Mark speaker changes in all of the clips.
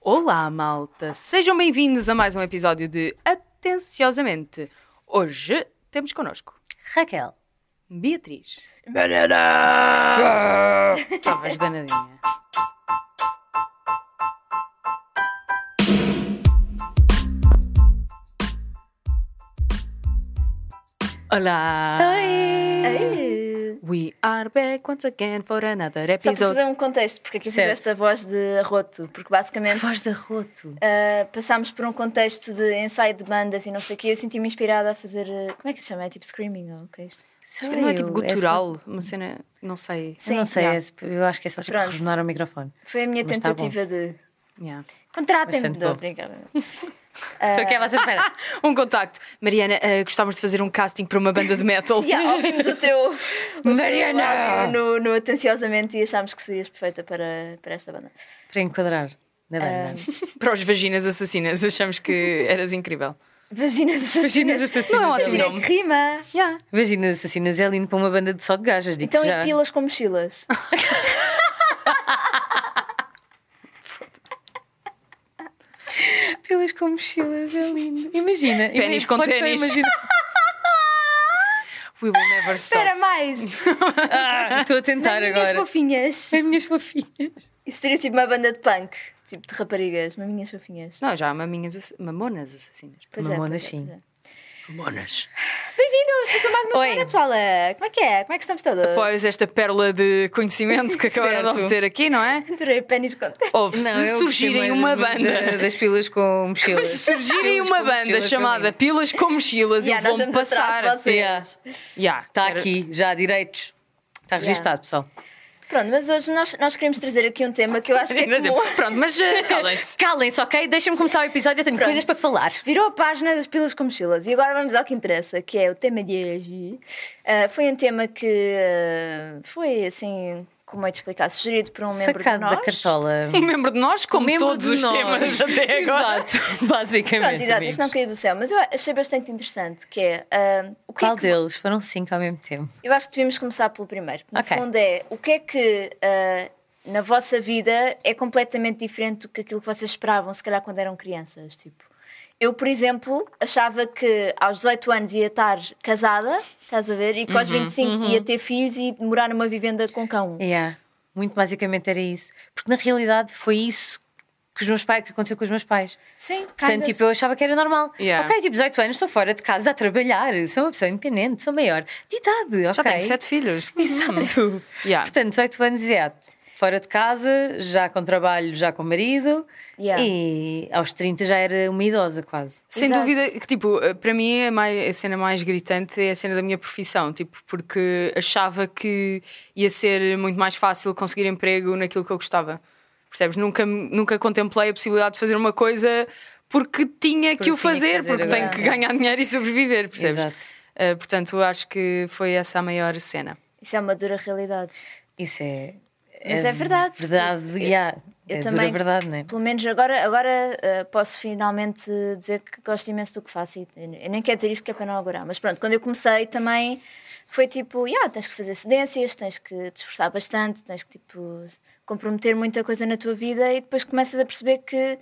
Speaker 1: Olá, malta! Sejam bem-vindos a mais um episódio de Atenciosamente. Hoje temos connosco
Speaker 2: Raquel.
Speaker 1: Beatriz.
Speaker 3: Banana!
Speaker 1: Estavas danadinha. Olá! We are back once again for another
Speaker 3: Só para
Speaker 1: episode.
Speaker 3: fazer um contexto, porque aqui
Speaker 2: Certo.
Speaker 3: fiz esta voz de arroto, porque basicamente
Speaker 2: Voz de arroto.
Speaker 3: ah, passámos por um contexto de ensaio de bandas e não sei o quê. Eu senti-me inspirada a fazer. ah, como é que se chama? É tipo screaming ou o que é isto?
Speaker 1: Acho que não é tipo gutural, uma cena, não sei.
Speaker 2: Eu não sei, é só- eu acho que é só tipo
Speaker 3: Pronto.
Speaker 2: rosnar o microfone.
Speaker 3: Foi a minha
Speaker 2: Mas tá
Speaker 3: tentativa de.
Speaker 1: Yeah.
Speaker 3: Contratem-me,
Speaker 2: Bastante
Speaker 3: não,
Speaker 2: bom.
Speaker 3: brincadeira.
Speaker 1: Ah.
Speaker 2: Então o que é você espera?
Speaker 1: Um contacto. Mariana, eh, gostávamos de fazer um casting para uma banda de metal.
Speaker 3: Yeah, ouvimos o teu. o teu
Speaker 2: Mariana!
Speaker 3: áudio No, no Atenciosamente e achámos que serias perfeita para, para esta banda.
Speaker 2: Para enquadrar na banda.
Speaker 1: Para os vaginas assassinas, achamos que eras incrível.
Speaker 3: Vaginas assassinas.
Speaker 2: Vaginas assassinas.
Speaker 1: Não é ótimo
Speaker 3: Imagina
Speaker 1: nome.
Speaker 3: que rima.
Speaker 1: Yeah.
Speaker 2: Vaginas assassinas é lindo para uma banda de só de gajas, digo
Speaker 3: Então,
Speaker 1: é
Speaker 2: já.
Speaker 3: e pilas com mochilas?
Speaker 2: Pilas com mochilas, é lindo. Imagina.
Speaker 1: Pênis com
Speaker 2: podes só
Speaker 1: ténis.
Speaker 2: imaginar.
Speaker 1: We will never stop.
Speaker 3: Espera mais!
Speaker 2: Ah, Estou a tentar
Speaker 3: Maminhas
Speaker 2: agora.
Speaker 3: fofinhas.
Speaker 2: As minhas fofinhas.
Speaker 3: Isso seria tipo uma banda de punk, tipo de raparigas, maminhas fofinhas.
Speaker 1: Não, já há maminhas, ass- mamonas assassinas.
Speaker 3: Pois
Speaker 2: Mamonas,
Speaker 3: é, pois
Speaker 2: sim.
Speaker 3: É, pois é.
Speaker 1: Mamonas.
Speaker 3: Bem-vindos, passou mais uma
Speaker 2: Oi.
Speaker 3: semana, pessoal. Como é que é? Como é que estamos todos?
Speaker 1: Após esta pérola de conhecimento que acabaram de
Speaker 2: Certo.
Speaker 1: obter aqui, não é?
Speaker 3: Adorei pênis com
Speaker 1: Ouve,
Speaker 2: Não,
Speaker 1: se
Speaker 2: eu
Speaker 1: surgirem
Speaker 2: gostei mais
Speaker 1: uma
Speaker 2: da- da-
Speaker 1: banda.
Speaker 2: Das pilas com mochilas.
Speaker 1: Se surgirem
Speaker 2: Pilas
Speaker 1: uma
Speaker 2: com
Speaker 1: banda
Speaker 2: mochilas,
Speaker 1: chamada
Speaker 2: é lindo.
Speaker 1: Pilas com Mochilas,
Speaker 3: Yeah,
Speaker 1: eu
Speaker 3: nós
Speaker 1: vou-me
Speaker 3: estamos atrás
Speaker 1: passar.
Speaker 3: de vocês.
Speaker 1: Yeah,
Speaker 2: Está
Speaker 1: quero-
Speaker 2: tá aqui, já direitos. Está registado, pessoal.
Speaker 3: Pronto, mas hoje nós, nós queremos trazer aqui um tema que eu acho que é comum.
Speaker 1: Pronto, mas eh, calem-se.
Speaker 2: Calem-se, ok? Deixem-me começar o episódio, eu tenho
Speaker 3: Pronto.
Speaker 2: coisas para falar.
Speaker 3: Virou a página das pilas com mochilas e agora vamos ao que interessa, que é o tema de hoje. Ah, foi um tema que ah, foi assim, como é de explicar, sugerido por um membro
Speaker 2: Sacado
Speaker 3: de nós.
Speaker 2: da cartola.
Speaker 1: Um membro de nós, como
Speaker 2: Membro
Speaker 1: todos
Speaker 2: de
Speaker 1: os
Speaker 2: nós.
Speaker 1: temas até agora.
Speaker 2: Exato, basicamente.
Speaker 3: Pronto, exato, isto não
Speaker 2: amigos.
Speaker 3: caiu do céu, mas eu achei bastante interessante, que é ah, o que
Speaker 2: Qual
Speaker 3: é que
Speaker 2: deles? Foram cinco ao mesmo tempo.
Speaker 3: Eu acho que devíamos começar pelo primeiro. que No
Speaker 2: Ok.
Speaker 3: fundo é o que é que ah, na vossa vida é completamente diferente do que aquilo que vocês esperavam, se calhar quando eram crianças. Tipo, eu, por exemplo, achava que aos 18 anos ia estar casada, estás a ver, e que aos
Speaker 2: Uhum,
Speaker 3: 25 ia ter filhos e morar numa vivenda com cão.
Speaker 2: Yeah. Muito basicamente era isso. Porque na realidade foi isso que, os meus pais, que aconteceu com os meus pais.
Speaker 3: Sim,
Speaker 2: Portanto,
Speaker 3: kind of.
Speaker 2: tipo, eu achava que era normal.
Speaker 1: Yeah.
Speaker 2: Ok, tipo, 18 anos, estou fora de casa a trabalhar, sou uma pessoa independente, sou maior. De idade, ok.
Speaker 1: Já tenho sete filhos.
Speaker 2: Exato.
Speaker 3: Tá.
Speaker 1: Yeah.
Speaker 2: Portanto, 18 anos exato. Fora de casa, já com trabalho, já com marido.
Speaker 3: Yeah.
Speaker 2: E aos 30 já era uma idosa quase.
Speaker 1: Sem
Speaker 3: Exato.
Speaker 1: dúvida que, tipo, para mim a, mai- a cena mais gritante é a cena da minha profissão, tipo, porque achava que ia ser muito mais fácil conseguir emprego naquilo que eu gostava. Percebes? Nunca, nunca contemplei a possibilidade de fazer uma coisa porque tinha que
Speaker 2: Porque
Speaker 1: o
Speaker 2: tinha que
Speaker 1: fazer,
Speaker 2: fazer
Speaker 1: porque tenho
Speaker 2: agora. é.
Speaker 1: que ganhar dinheiro e sobreviver, percebes?
Speaker 2: Exato.
Speaker 1: Uh, portanto, acho que foi essa a maior cena.
Speaker 3: Isso é uma dura realidade.
Speaker 2: Isso é.
Speaker 3: Mas é verdade,
Speaker 2: Verdade,
Speaker 3: tipo, eu-
Speaker 2: yeah.
Speaker 3: eu
Speaker 2: é dura
Speaker 3: também-
Speaker 2: verdade, não é?
Speaker 3: Pelo menos agora, agora ah, posso finalmente dizer que gosto imenso do que faço. E eu nem quero dizer isto que é para não agora, mas pronto, quando eu comecei também foi tipo: yeah, tens que fazer cedências, tens que te esforçar bastante, tens que tipo comprometer muita coisa na tua vida e depois começas a perceber que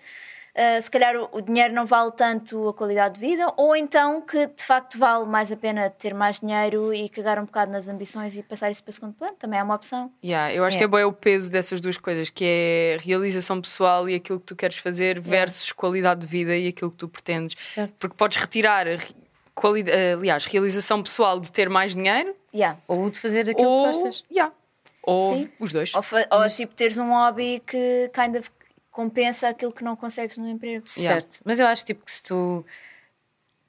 Speaker 3: ah, se calhar o, o dinheiro não vale tanto a qualidade de vida, ou então que de facto vale mais a pena ter mais dinheiro e cagar um bocado nas ambições e passar isso para segundo plano, também é uma opção.
Speaker 1: Yeah, eu acho que é bom o peso dessas duas coisas, que é realização pessoal e aquilo que tu queres
Speaker 2: É.
Speaker 1: fazer versus qualidade de vida e aquilo que tu pretendes.
Speaker 2: Certo.
Speaker 1: Porque podes retirar, re- quali- eh, aliás, realização pessoal de ter mais dinheiro
Speaker 3: Yeah.
Speaker 2: Ou de fazer aquilo
Speaker 1: ou,
Speaker 2: que gostas.
Speaker 1: Yeah, ou
Speaker 3: Sim.
Speaker 1: os dois.
Speaker 3: Ou, fa- ou, tipo teres um hobby que kind of compensa aquilo que não consegues no emprego.
Speaker 1: Yeah.
Speaker 2: Certo. Mas eu acho tipo que se tu.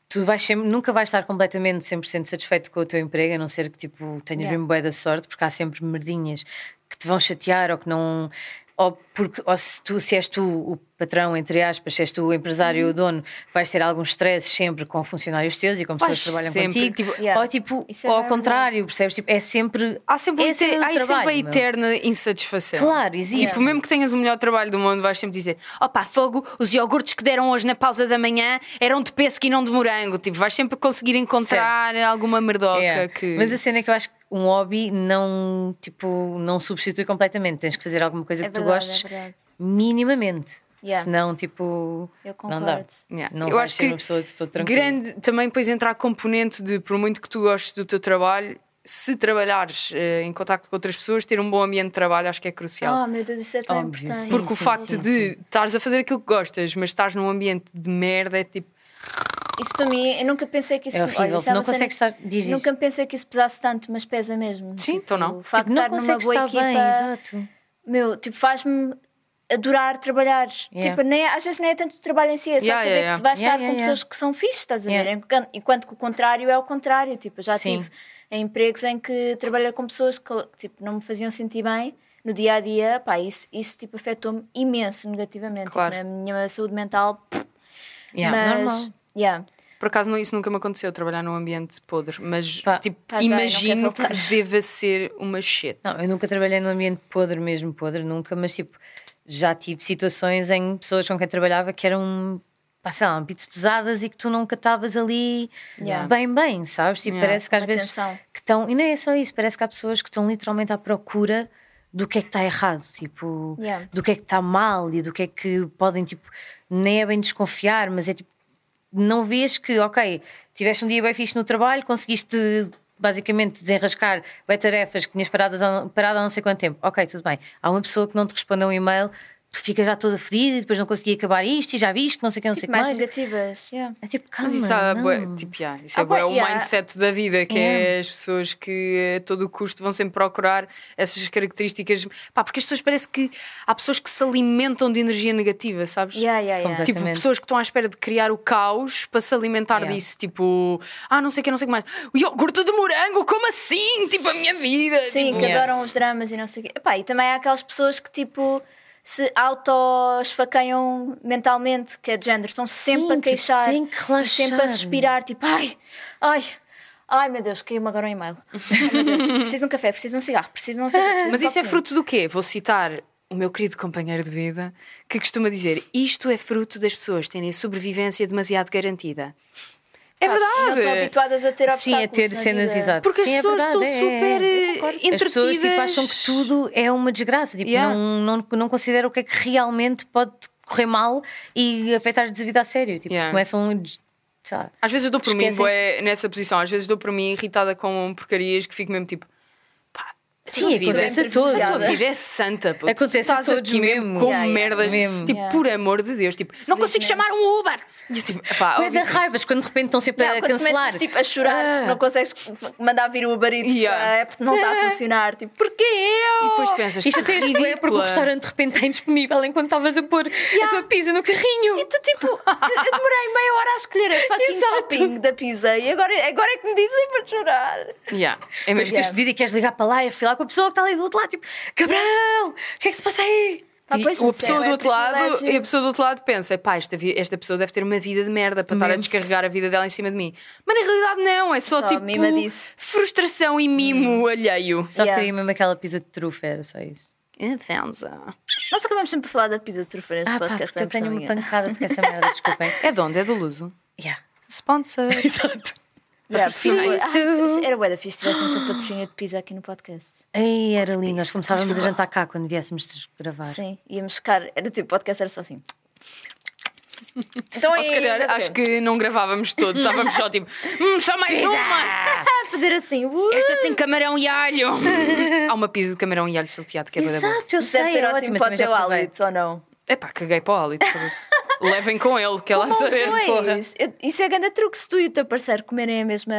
Speaker 2: Tu vais sempre- nunca vais estar completamente 100% satisfeito com o teu emprego, a não ser que tipo, tenhas
Speaker 3: Yeah.
Speaker 2: mesmo boa da sorte, porque há sempre merdinhas que te vão chatear ou que não. Ou, porque, ou se, tu, se és tu o patrão, entre aspas, se és tu o empresário,
Speaker 1: Uhum.
Speaker 2: o dono, vais ter alguns stresses sempre com funcionários teus e com pessoas que trabalham
Speaker 1: sempre,
Speaker 2: contigo.
Speaker 1: tipo,
Speaker 3: Yeah.
Speaker 2: Ou, tipo,
Speaker 3: Isso é
Speaker 2: ou ao
Speaker 3: verdade.
Speaker 2: contrário, percebes? Tipo, é sempre.
Speaker 1: Há sempre, um
Speaker 2: é
Speaker 1: ete-
Speaker 2: cena do
Speaker 1: há sempre a
Speaker 2: trabalho, meu.
Speaker 1: eterna insatisfação.
Speaker 2: Claro, existe.
Speaker 1: Tipo, mesmo que tenhas o melhor trabalho do mundo, vais sempre dizer: opá, fogo, os iogurtes que deram hoje na pausa da manhã eram de pêssego e não de morango. Tipo, vais sempre conseguir encontrar alguma merdoca
Speaker 2: É.
Speaker 1: que.
Speaker 2: Mas a cena é que eu acho que um hobby não, tipo, não substitui completamente. Tens que fazer alguma coisa que tu gostes
Speaker 3: É verdade.
Speaker 2: minimamente.
Speaker 3: Yeah.
Speaker 2: Senão, tipo,
Speaker 3: Eu
Speaker 2: não
Speaker 3: concordo.
Speaker 2: dá.
Speaker 1: Yeah.
Speaker 2: Não
Speaker 1: eu
Speaker 2: vais
Speaker 1: acho
Speaker 2: ser
Speaker 1: que
Speaker 2: uma pessoa de todo tranquila. Tipo,
Speaker 1: grande também depois entra a componente de por muito que tu gostes do teu trabalho, se trabalhares eh, em contacto com outras pessoas, ter um bom ambiente de trabalho acho que é crucial.
Speaker 3: Oh, meu Deus, isso é tão
Speaker 2: Óbvio,
Speaker 3: importante.
Speaker 2: sim,
Speaker 1: Porque o
Speaker 2: sim,
Speaker 1: facto
Speaker 2: sim,
Speaker 1: de estares a fazer aquilo que gostas, mas estás num ambiente de merda é tipo.
Speaker 3: Isso para mim, eu nunca pensei que isso.
Speaker 2: é horrível.
Speaker 3: olha, isso é
Speaker 2: não
Speaker 3: uma cena
Speaker 2: consegues estar. Diz isto.
Speaker 3: Nunca pensei que isso pesasse tanto, mas pesa mesmo.
Speaker 1: Sim, então não.
Speaker 3: O facto
Speaker 2: Tipo, não
Speaker 3: de estar numa
Speaker 2: consegues estar
Speaker 3: boa equipa,
Speaker 2: bem, exato.
Speaker 3: meu, tipo, faz-me adorar trabalhar.
Speaker 2: Yeah.
Speaker 3: Tipo, nem, às vezes nem é tanto trabalho em si, é só
Speaker 1: Yeah,
Speaker 3: saber
Speaker 1: yeah,
Speaker 3: que
Speaker 1: yeah.
Speaker 3: tu vais
Speaker 2: Yeah,
Speaker 3: estar
Speaker 2: yeah,
Speaker 3: com
Speaker 2: yeah.
Speaker 3: pessoas que são fixes, estás a ver?
Speaker 2: Yeah.
Speaker 3: Enquanto- Enquanto que o contrário é o contrário. Tipo, eu já
Speaker 2: Sim.
Speaker 3: tive em empregos em que trabalhei com pessoas que tipo, não me faziam sentir bem no dia a dia, pá, isso, isso tipo, afetou-me imenso negativamente.
Speaker 1: Claro.
Speaker 3: Tipo, a minha saúde mental, pff,
Speaker 2: Yeah,
Speaker 3: mas.
Speaker 2: normal.
Speaker 3: Yeah.
Speaker 1: Por acaso não, isso nunca me aconteceu, trabalhar num ambiente podre, mas
Speaker 2: Pá.
Speaker 1: tipo,
Speaker 3: Pá, já, não quero
Speaker 1: imagino que
Speaker 3: voltar.
Speaker 1: deva ser uma shit.
Speaker 2: Não, eu nunca trabalhei num ambiente podre mesmo, podre, nunca, mas tipo, já tive situações em pessoas com quem trabalhava que eram, pá, sei lá, beats pesadas e que tu nunca estavas ali
Speaker 3: Yeah.
Speaker 2: bem, bem, sabes? Tipo,
Speaker 1: Yeah.
Speaker 2: parece que às
Speaker 3: Com
Speaker 2: vezes
Speaker 3: atenção.
Speaker 2: que estão, e nem é só isso, parece que há pessoas que estão literalmente à procura do que é que está errado, tipo,
Speaker 3: Yeah.
Speaker 2: do que é que está mal e do que é que podem, tipo, nem é bem desconfiar, mas é tipo, não vês que, ok, tiveste um dia bem fixe no trabalho, conseguiste basicamente desenrascar bem tarefas que tinhas paradas há- parado há não sei quanto tempo. Ok, tudo bem. Há uma pessoa que não te respondeu um e-mail, tu ficas já toda fodida e depois não consegui acabar isto e já viste, que não sei o que, não sei o
Speaker 3: Tipo,
Speaker 2: que
Speaker 3: mais
Speaker 2: mais.
Speaker 3: negativas. yeah.
Speaker 2: É tipo, calma,
Speaker 1: Mas isso há,
Speaker 2: não.
Speaker 1: bué- tipo, yeah, isso
Speaker 3: Ah,
Speaker 1: é, bué,
Speaker 3: bué,
Speaker 1: o
Speaker 3: yeah.
Speaker 1: mindset da vida, que
Speaker 2: Yeah.
Speaker 1: é as pessoas que a todo o custo vão sempre procurar essas características. Pá, porque as pessoas parece que há pessoas que se alimentam de energia negativa, sabes?
Speaker 3: Yeah, yeah, yeah.
Speaker 1: Tipo,
Speaker 2: Exatamente.
Speaker 1: pessoas que estão à espera de criar o caos para se alimentar
Speaker 2: Yeah.
Speaker 1: disso. Tipo, ah, não sei o que, não sei o que mais. O iogurte de morango, como assim? Tipo, a minha vida.
Speaker 3: Sim, um
Speaker 1: tipo,
Speaker 3: que
Speaker 2: Yeah.
Speaker 3: adoram os dramas e não sei o quê. Epá, e também há aquelas pessoas que tipo se auto-esfaqueiam mentalmente, que é de género, estão sempre
Speaker 2: Sim,
Speaker 3: a
Speaker 2: tipo,
Speaker 3: queixar
Speaker 2: tem que
Speaker 3: e sempre a
Speaker 2: relaxar.
Speaker 3: suspirar, tipo, ai, ai, ai meu Deus, caiu-me agora um e-mail. Ai, meu Deus, preciso de um café, preciso de um cigarro, preciso de um cigarro. preciso de um
Speaker 1: Mas isso é
Speaker 3: copo de
Speaker 1: fruto do quê? Vou citar o meu querido companheiro de vida que costuma dizer: isto é fruto das pessoas terem a sobrevivência demasiado garantida. É
Speaker 3: vinho. Pá, Não estão
Speaker 1: verdade!
Speaker 3: habituadas a é ter
Speaker 2: Sim,
Speaker 3: obstáculos
Speaker 2: a ter
Speaker 3: na
Speaker 2: cenas,
Speaker 3: vida.
Speaker 2: exato.
Speaker 1: Porque as
Speaker 2: Sim, é
Speaker 1: pessoas
Speaker 2: verdade,
Speaker 1: estão super,
Speaker 2: eu
Speaker 1: eh,
Speaker 2: concordo. As pessoas tipo,
Speaker 1: entretidas.
Speaker 2: acham que tudo é uma desgraça. Tipo,
Speaker 1: Yeah.
Speaker 2: não, não, não consideram o que é que realmente pode correr mal e afetar-lhes a vida a sério. Tipo,
Speaker 1: Yeah.
Speaker 2: começam. Sei lá.
Speaker 1: Às vezes eu dou por mim
Speaker 2: Esquecem-se.
Speaker 1: bué, nessa posição, às vezes dou por mim irritada com porcarias que fico mesmo tipo. Pá, a
Speaker 2: Sim,
Speaker 1: tua
Speaker 2: acontece
Speaker 1: vida- é
Speaker 2: a todos.
Speaker 1: A tua vida é santa, puto.
Speaker 2: Acontece a
Speaker 1: Estás
Speaker 2: todos
Speaker 1: aqui
Speaker 2: mesmo.
Speaker 1: com
Speaker 3: Yeah, yeah.
Speaker 1: merdas.
Speaker 2: Mesmo.
Speaker 1: Tipo,
Speaker 3: Yeah.
Speaker 1: por amor de Deus, tipo, não consigo
Speaker 3: Felizmente.
Speaker 1: chamar um Uber. E eu, tipo, pá,
Speaker 2: Bué da raivas quando de repente estão sempre
Speaker 3: Não,
Speaker 2: a
Speaker 3: quando
Speaker 2: cancelar.
Speaker 3: começas tipo, a chorar,
Speaker 2: Ah.
Speaker 3: não consegues mandar vir o barito
Speaker 1: Yeah.
Speaker 3: é porque não está a funcionar. Tipo, porquê eu?
Speaker 1: E depois pensas,
Speaker 2: Oh! Isto
Speaker 1: que
Speaker 2: até é porque o
Speaker 1: ridícula.
Speaker 2: restaurante de repente está indisponível enquanto estavas a pôr a tua pizza no
Speaker 3: E
Speaker 2: carrinho.
Speaker 3: tu, tipo, eu eu demorei meia hora a escolher a fucking
Speaker 2: Exato.
Speaker 3: topping da pizza e agora, agora é que me dizem para chorar.
Speaker 1: Yeah, é
Speaker 2: Mas
Speaker 1: mesmo.
Speaker 2: tens pedido e queres ligar para lá e afilar com a pessoa que está ali do outro lado, tipo, cabrão, o que é que se passa aí?
Speaker 3: Pá,
Speaker 1: E
Speaker 3: pois,
Speaker 1: o- a
Speaker 3: mas
Speaker 1: pessoa
Speaker 3: é,
Speaker 1: do
Speaker 3: é
Speaker 1: outro lado,
Speaker 3: privilégio.
Speaker 1: e a pessoa do outro lado pensa, pá, esta, vi- esta pessoa deve ter uma vida de merda para estar a
Speaker 2: Mesmo.
Speaker 1: descarregar a vida dela em cima de mim. Mas na realidade não, é só,
Speaker 3: Só
Speaker 1: tipo
Speaker 3: mimadice.
Speaker 1: frustração e
Speaker 2: Hum.
Speaker 1: mimo alheio.
Speaker 2: Só
Speaker 3: Yeah.
Speaker 2: queria mesmo aquela pizza de trufa, era só isso.
Speaker 1: Infensa.
Speaker 3: Nós acabamos sempre a falar da pizza de trufa neste
Speaker 2: Ah, pá,
Speaker 3: podcast,
Speaker 2: porque
Speaker 3: não é
Speaker 2: eu tenho uma
Speaker 3: impressão minha.
Speaker 2: pancada porque essa merda, desculpem.
Speaker 1: É de onde? É do Luso.
Speaker 2: Yeah.
Speaker 1: Sponsor.
Speaker 2: Exato.
Speaker 3: Yeah,
Speaker 1: patrocina
Speaker 3: por
Speaker 1: isso.
Speaker 3: favor. Ai, Era bué da fixe se tivéssemos um patrocínio de pizza aqui no podcast.
Speaker 2: Ai, era lindo. Nós começávamos a jantar cá quando viéssemos gravar.
Speaker 3: Sim, íamos ficar. Era tipo, o podcast era só assim. Então,
Speaker 1: Ou se calhar acho que não gravávamos todo, estávamos só tipo, hum, só mais uma!
Speaker 3: Ah, fazer assim. Uh,
Speaker 1: Esta tem camarão e alho! Há uma pizza de camarão e alho salteado que é bué da boa.
Speaker 2: Exato, eu
Speaker 3: isso deve
Speaker 2: sei.
Speaker 3: ser
Speaker 2: é
Speaker 3: ótimo
Speaker 2: ótimo
Speaker 3: para o
Speaker 2: também já
Speaker 3: teu
Speaker 2: provei.
Speaker 3: hálito ou não?
Speaker 1: Epá, caguei para o hálito. foda-se. Levem com ele, que é lá
Speaker 3: Como os
Speaker 1: saber. porra.
Speaker 3: dois. Eu- Isso é grande truque se tu e o teu parceiro comerem a mesma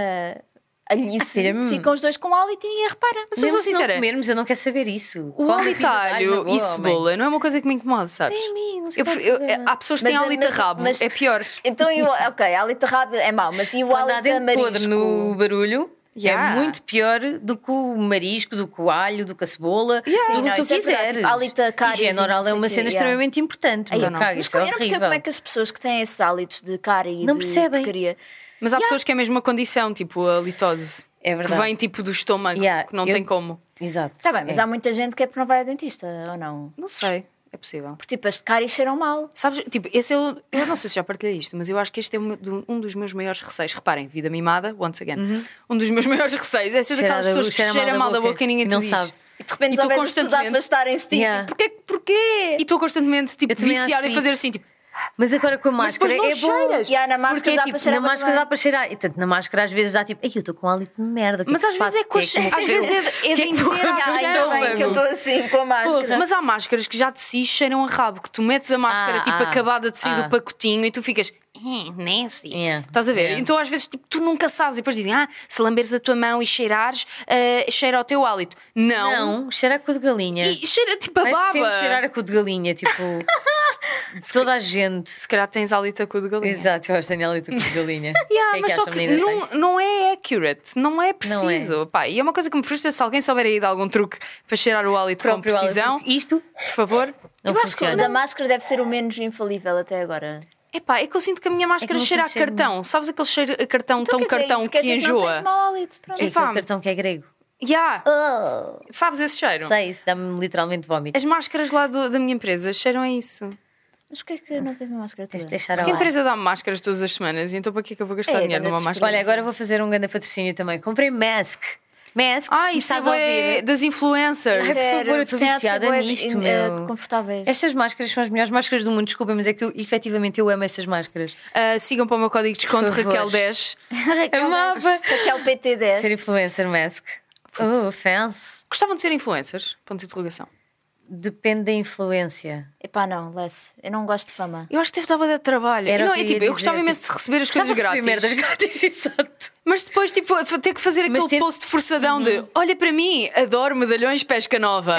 Speaker 3: alhice.
Speaker 2: filha, hum.
Speaker 3: ficam os dois com um hálito e ninguém repara.
Speaker 1: Mas eu
Speaker 2: Mesmo
Speaker 1: sou
Speaker 2: se não
Speaker 1: sincera,
Speaker 2: comermos, eu não quero saber isso. é
Speaker 1: O
Speaker 2: Come pizza de alho na
Speaker 1: alitalho
Speaker 2: boa,
Speaker 1: e
Speaker 2: homem.
Speaker 1: cebola não é uma coisa que me incomoda, sabes?
Speaker 2: Nem a mim, não é se
Speaker 1: Eu
Speaker 2: pode
Speaker 1: prefiro- eu-
Speaker 2: fazer.
Speaker 1: há pessoas que têm
Speaker 3: Mas-
Speaker 1: hálito a
Speaker 3: mas-
Speaker 1: rabo,
Speaker 3: mas-
Speaker 1: é pior.
Speaker 3: Então, e o, ok, hálito rabo é mau, mas e o
Speaker 2: Quando há
Speaker 3: hálito a
Speaker 2: dentro podre
Speaker 3: marisco?
Speaker 2: no barulho,
Speaker 1: Yeah.
Speaker 2: é muito pior do que o marisco, do que o alho, do que a cebola,
Speaker 3: Sim,
Speaker 2: do que
Speaker 3: não,
Speaker 2: tu
Speaker 3: isso é verdade.
Speaker 2: quiseres.
Speaker 3: Tipo, hálito a cáries e
Speaker 2: Higiene
Speaker 3: não
Speaker 2: oral
Speaker 3: sei
Speaker 2: é
Speaker 3: o
Speaker 2: uma
Speaker 3: quê,
Speaker 2: cena
Speaker 3: yeah.
Speaker 2: extremamente importante.
Speaker 3: Ai,
Speaker 2: porque,
Speaker 1: eu não.
Speaker 2: caga,
Speaker 3: Mas
Speaker 2: isso é
Speaker 3: eu não percebo
Speaker 2: horrível.
Speaker 3: como é que as pessoas que têm esses hálitos de cara e
Speaker 2: Não
Speaker 3: de
Speaker 2: percebem.
Speaker 3: porcaria.
Speaker 1: Mas há pessoas que é mesmo uma condição, tipo a litose.
Speaker 2: É
Speaker 1: que
Speaker 2: verdade.
Speaker 1: vem tipo do estômago,
Speaker 2: Yeah,
Speaker 1: que não
Speaker 2: eu-
Speaker 1: tem como.
Speaker 2: Exato.
Speaker 3: Está Tá bem, mas
Speaker 2: É.
Speaker 3: há muita gente que é porque não vai ao dentista, ou não?
Speaker 1: Não sei, é possível.
Speaker 3: Porque tipo, as de cáries cheiram mal.
Speaker 1: Sabes, tipo, esse é o. Eu não sei se já partilhei isto, mas eu acho que este é um, do- um dos meus maiores receios. Reparem, vida mimada, once again. Um dos meus maiores receios é ser
Speaker 2: Uhum. Cheira
Speaker 1: daquelas
Speaker 2: da
Speaker 1: pessoas
Speaker 2: boca,
Speaker 1: que
Speaker 2: cheira
Speaker 1: cheiram mal da boca, e ninguém te
Speaker 2: não
Speaker 1: diz.
Speaker 2: sabe.
Speaker 3: E de repente
Speaker 1: E tu
Speaker 3: só vês as pessoas a
Speaker 1: constantemente-
Speaker 3: afastarem-se de ti.
Speaker 2: Yeah.
Speaker 3: Tipo, porquê, por- porquê?
Speaker 1: E estou constantemente tipo,
Speaker 2: Eu também
Speaker 1: viciada
Speaker 2: acho
Speaker 1: em fazer
Speaker 2: isso.
Speaker 1: assim, tipo,
Speaker 2: Mas agora com a
Speaker 1: Mas
Speaker 2: máscara
Speaker 1: depois não
Speaker 2: é bom.
Speaker 1: cheiras.
Speaker 3: E há na
Speaker 2: Porque
Speaker 3: máscara
Speaker 2: é
Speaker 3: dá
Speaker 2: tipo,
Speaker 3: para cheirar
Speaker 2: na
Speaker 3: bué
Speaker 2: máscara
Speaker 3: bem.
Speaker 2: dá para cheirar. E tanto, na máscara às vezes dá tipo, ei, eu estou com hálito de merda. o que
Speaker 1: Mas
Speaker 2: é que
Speaker 1: às
Speaker 2: se
Speaker 1: vezes
Speaker 2: passa?
Speaker 1: é com
Speaker 2: O que que
Speaker 1: che-
Speaker 2: me
Speaker 1: às
Speaker 2: fez?"
Speaker 1: vezes é, é
Speaker 2: que
Speaker 1: de
Speaker 2: é que
Speaker 1: inteirar
Speaker 2: aconteceu?
Speaker 1: o
Speaker 3: Ah, ainda bem
Speaker 1: estômago.
Speaker 3: que eu estou assim com a máscara.
Speaker 1: Mas há máscaras que já te se cheiram a rabo, que tu metes a máscara
Speaker 2: Ah,
Speaker 1: tipo
Speaker 2: ah,
Speaker 1: acabada de sair
Speaker 2: ah.
Speaker 1: do pacotinho e tu ficas, eh, nasty.
Speaker 2: Yeah,
Speaker 1: Estás a ver?
Speaker 2: yeah.
Speaker 1: Então às vezes tipo, tu nunca sabes e depois dizem, ah, se lamberes a tua mão e cheirares, eh, cheira ao teu hálito. Não.
Speaker 2: Não, cheira a cu de galinha.
Speaker 1: E cheira tipo a
Speaker 2: Vai sempre cheirar
Speaker 1: baba.
Speaker 2: a cu de galinha, tipo. de toda a gente.
Speaker 1: Se calhar tens hálito a cu de galinha.
Speaker 2: Exato, eu acho Daniela e tu cu de galinha.
Speaker 1: Yeah,
Speaker 2: O que é
Speaker 1: mas
Speaker 2: que
Speaker 1: só
Speaker 2: acham,
Speaker 1: que
Speaker 2: meninas?
Speaker 1: não, não é accurate, não é preciso. Pá, e é uma coisa que me frustra se alguém souber aí de algum truque para cheirar o hálito com
Speaker 2: Próprio hálito.
Speaker 1: precisão,
Speaker 2: Isto
Speaker 1: por favor.
Speaker 2: não
Speaker 3: eu acho que o
Speaker 2: funciona.
Speaker 3: da máscara deve ser o menos infalível até agora.
Speaker 1: Epá, é que eu sinto que a minha máscara
Speaker 2: não sinto
Speaker 1: cheira a
Speaker 2: cheiro
Speaker 1: cartão. Sabes aquele cheiro a cartão
Speaker 2: um
Speaker 3: Então,
Speaker 1: tão
Speaker 3: quer dizer,
Speaker 1: cartão
Speaker 3: isso
Speaker 1: que
Speaker 3: quer dizer não
Speaker 1: enjoa?
Speaker 3: tens mau hálito, pronto.
Speaker 2: É aquele
Speaker 1: Fá-me.
Speaker 2: cartão que é grego.
Speaker 1: Ya,
Speaker 3: Oh.
Speaker 1: sabes esse cheiro?
Speaker 2: Sei, isso dá-me literalmente vómito.
Speaker 1: As máscaras lá do- da minha empresa cheiram a isso.
Speaker 3: Mas porquê é que não teve uma máscara
Speaker 2: Tens de
Speaker 3: toda?
Speaker 2: deixar ao
Speaker 1: Porque a
Speaker 2: ar.
Speaker 1: empresa dá-me máscaras todas as semanas, e então para que é que eu vou gastar
Speaker 3: É,
Speaker 1: dinheiro
Speaker 3: grande
Speaker 1: numa
Speaker 3: desperdício.
Speaker 1: máscara?
Speaker 2: Olha,
Speaker 1: assim?
Speaker 2: agora vou fazer um grande patrocínio também. Comprei mask. Mask,
Speaker 1: Ah,
Speaker 2: se me
Speaker 1: isso é
Speaker 2: estás a
Speaker 1: bué
Speaker 2: ouvir.
Speaker 1: das influencers.
Speaker 2: Ai, por
Speaker 3: Sério,
Speaker 2: favor, eu estou
Speaker 3: tem de ser
Speaker 2: viciada
Speaker 3: bué,
Speaker 2: nisto,
Speaker 3: eh,
Speaker 2: meu. É
Speaker 3: Confortáveis.
Speaker 2: Estas máscaras são as melhores máscaras do mundo, desculpa, mas é que eu, efetivamente eu amo estas máscaras.
Speaker 1: Ah, sigam para o meu código de desconto
Speaker 2: Por favor.
Speaker 1: Raquel10.
Speaker 3: Raquel
Speaker 1: Amava.
Speaker 3: dez. É Raquel PT10.
Speaker 2: Ser influencer mask. Oh, offense.
Speaker 1: Gostavam de ser influencers? Ponto de interrogação.
Speaker 2: Depende da influência.
Speaker 3: Epá, não, less. Eu não gosto de fama.
Speaker 1: Eu acho que deve dar bué de trabalho.
Speaker 2: Era
Speaker 1: E
Speaker 2: o
Speaker 1: não,
Speaker 2: que
Speaker 1: é,
Speaker 2: eu
Speaker 1: tipo,
Speaker 2: ia
Speaker 1: eu gostava
Speaker 2: dizer,
Speaker 1: imenso de receber as coisas
Speaker 2: Gostava de
Speaker 1: grátis.
Speaker 2: receber merdas grátis, exato.
Speaker 1: Mas depois, tipo, ter que fazer aquele
Speaker 2: Mas ter- Uhum.
Speaker 1: post forçadão de olha para mim, adoro medalhões pesca nova.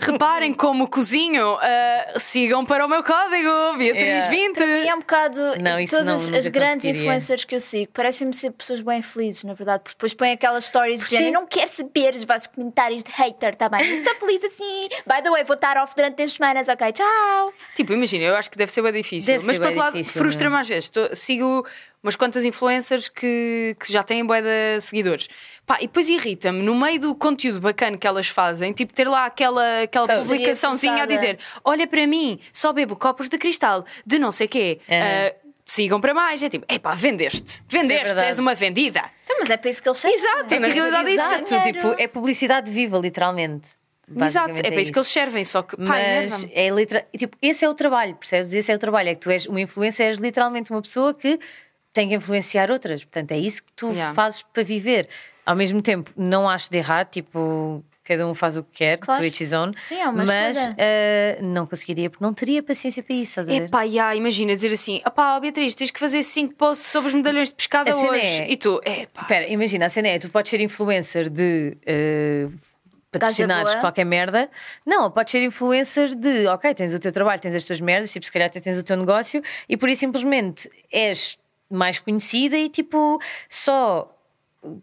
Speaker 1: Reparem como cozinho, ah, sigam para o meu código, Beatriz20.
Speaker 3: E é um bocado.
Speaker 2: Não, isso
Speaker 3: todas
Speaker 2: não-
Speaker 3: as, as
Speaker 2: nunca
Speaker 3: grandes
Speaker 2: conseguiria.
Speaker 3: influencers que eu sigo parecem-me ser pessoas bem felizes, na verdade, porque depois põem aquelas stories de
Speaker 2: Porque-
Speaker 3: género. Não quero saber os vossos comentários de hater, tá bem? Estou feliz assim. By the way, vou estar off durante as semanas, ok? Tchau.
Speaker 1: Tipo, imagina, eu acho que deve ser bem difícil.
Speaker 2: Deve
Speaker 1: mas
Speaker 2: ser
Speaker 1: por
Speaker 2: bué
Speaker 1: outro lado,
Speaker 2: difícil,
Speaker 1: frustra-me às vezes. Tô- sigo umas quantas influencers que, que já têm bué de seguidores. Pá, e depois irrita-me, no meio do conteúdo bacana que elas fazem, tipo, ter lá aquela, aquela
Speaker 2: Tá,
Speaker 3: Pois.
Speaker 1: publicaçãozinha a dizer: Olha para mim, só bebo copos de cristal, de não sei quê.
Speaker 2: É.
Speaker 1: Ah, sigam para mais. É tipo, epá, vendeste. Vendeste,
Speaker 2: verdade.
Speaker 1: és uma vendida.
Speaker 3: Então, mas é para isso que eles cheiram.
Speaker 1: Exato,
Speaker 3: não
Speaker 1: na
Speaker 3: é?
Speaker 1: realidade é isso que-
Speaker 2: Exato, tipo, é publicidade viva, literalmente.
Speaker 1: Exato,
Speaker 2: Basicamente
Speaker 1: é para isso que eles servem, só que, pá,
Speaker 2: Mas
Speaker 1: enerva-me.
Speaker 2: é literal... tipo, esse é o trabalho, percebes? Esse é o trabalho. É que tu és um influencer, és literalmente uma pessoa que tem que influenciar outras. Portanto, é isso que tu
Speaker 1: Yeah.
Speaker 2: fazes para viver. Ao mesmo tempo, não acho de errado, tipo, cada um faz o que quer,
Speaker 3: Claro.
Speaker 2: to each his own.
Speaker 3: Sim, é uma
Speaker 2: mas
Speaker 3: escolha.
Speaker 2: eh, não conseguiria, porque não teria paciência para isso, estás a ver?
Speaker 1: Epá, já, imagina dizer assim: opá, ó Beatriz, tens que fazer 5 posts sobre os medalhões de pescada
Speaker 2: A cena
Speaker 1: hoje.
Speaker 2: é-
Speaker 1: E tu, epá.
Speaker 2: Espera, imagina, a cena é: tu podes ser influencer de eh, patrocinados
Speaker 3: boa.
Speaker 2: qualquer merda. Não, podes ser influencer de, ok, tens o teu trabalho, tens as tuas merdas, tipo, se calhar até tens o teu negócio e por isso simplesmente és mais conhecida e tipo, só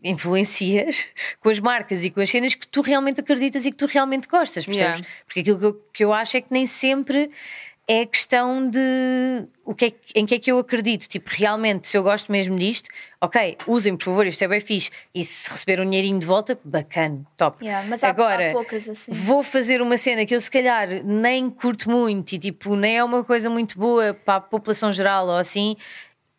Speaker 2: influencias com as marcas e com as cenas que tu realmente acreditas e que tu realmente gostas, percebes?
Speaker 1: Yeah.
Speaker 2: Porque aquilo que eu, que eu acho é que nem sempre é questão de o que é que- em que é que eu acredito. Tipo, realmente, se eu gosto mesmo disto, ok, usem, por favor, isto é bem fixe. E se receber um dinheirinho de volta, bacana, top.
Speaker 3: Yeah, mas há,
Speaker 2: é- Agora,
Speaker 3: há poucas assim.
Speaker 2: vou fazer uma cena que eu se calhar nem curto muito e tipo, nem é uma coisa muito boa para a população geral ou assim,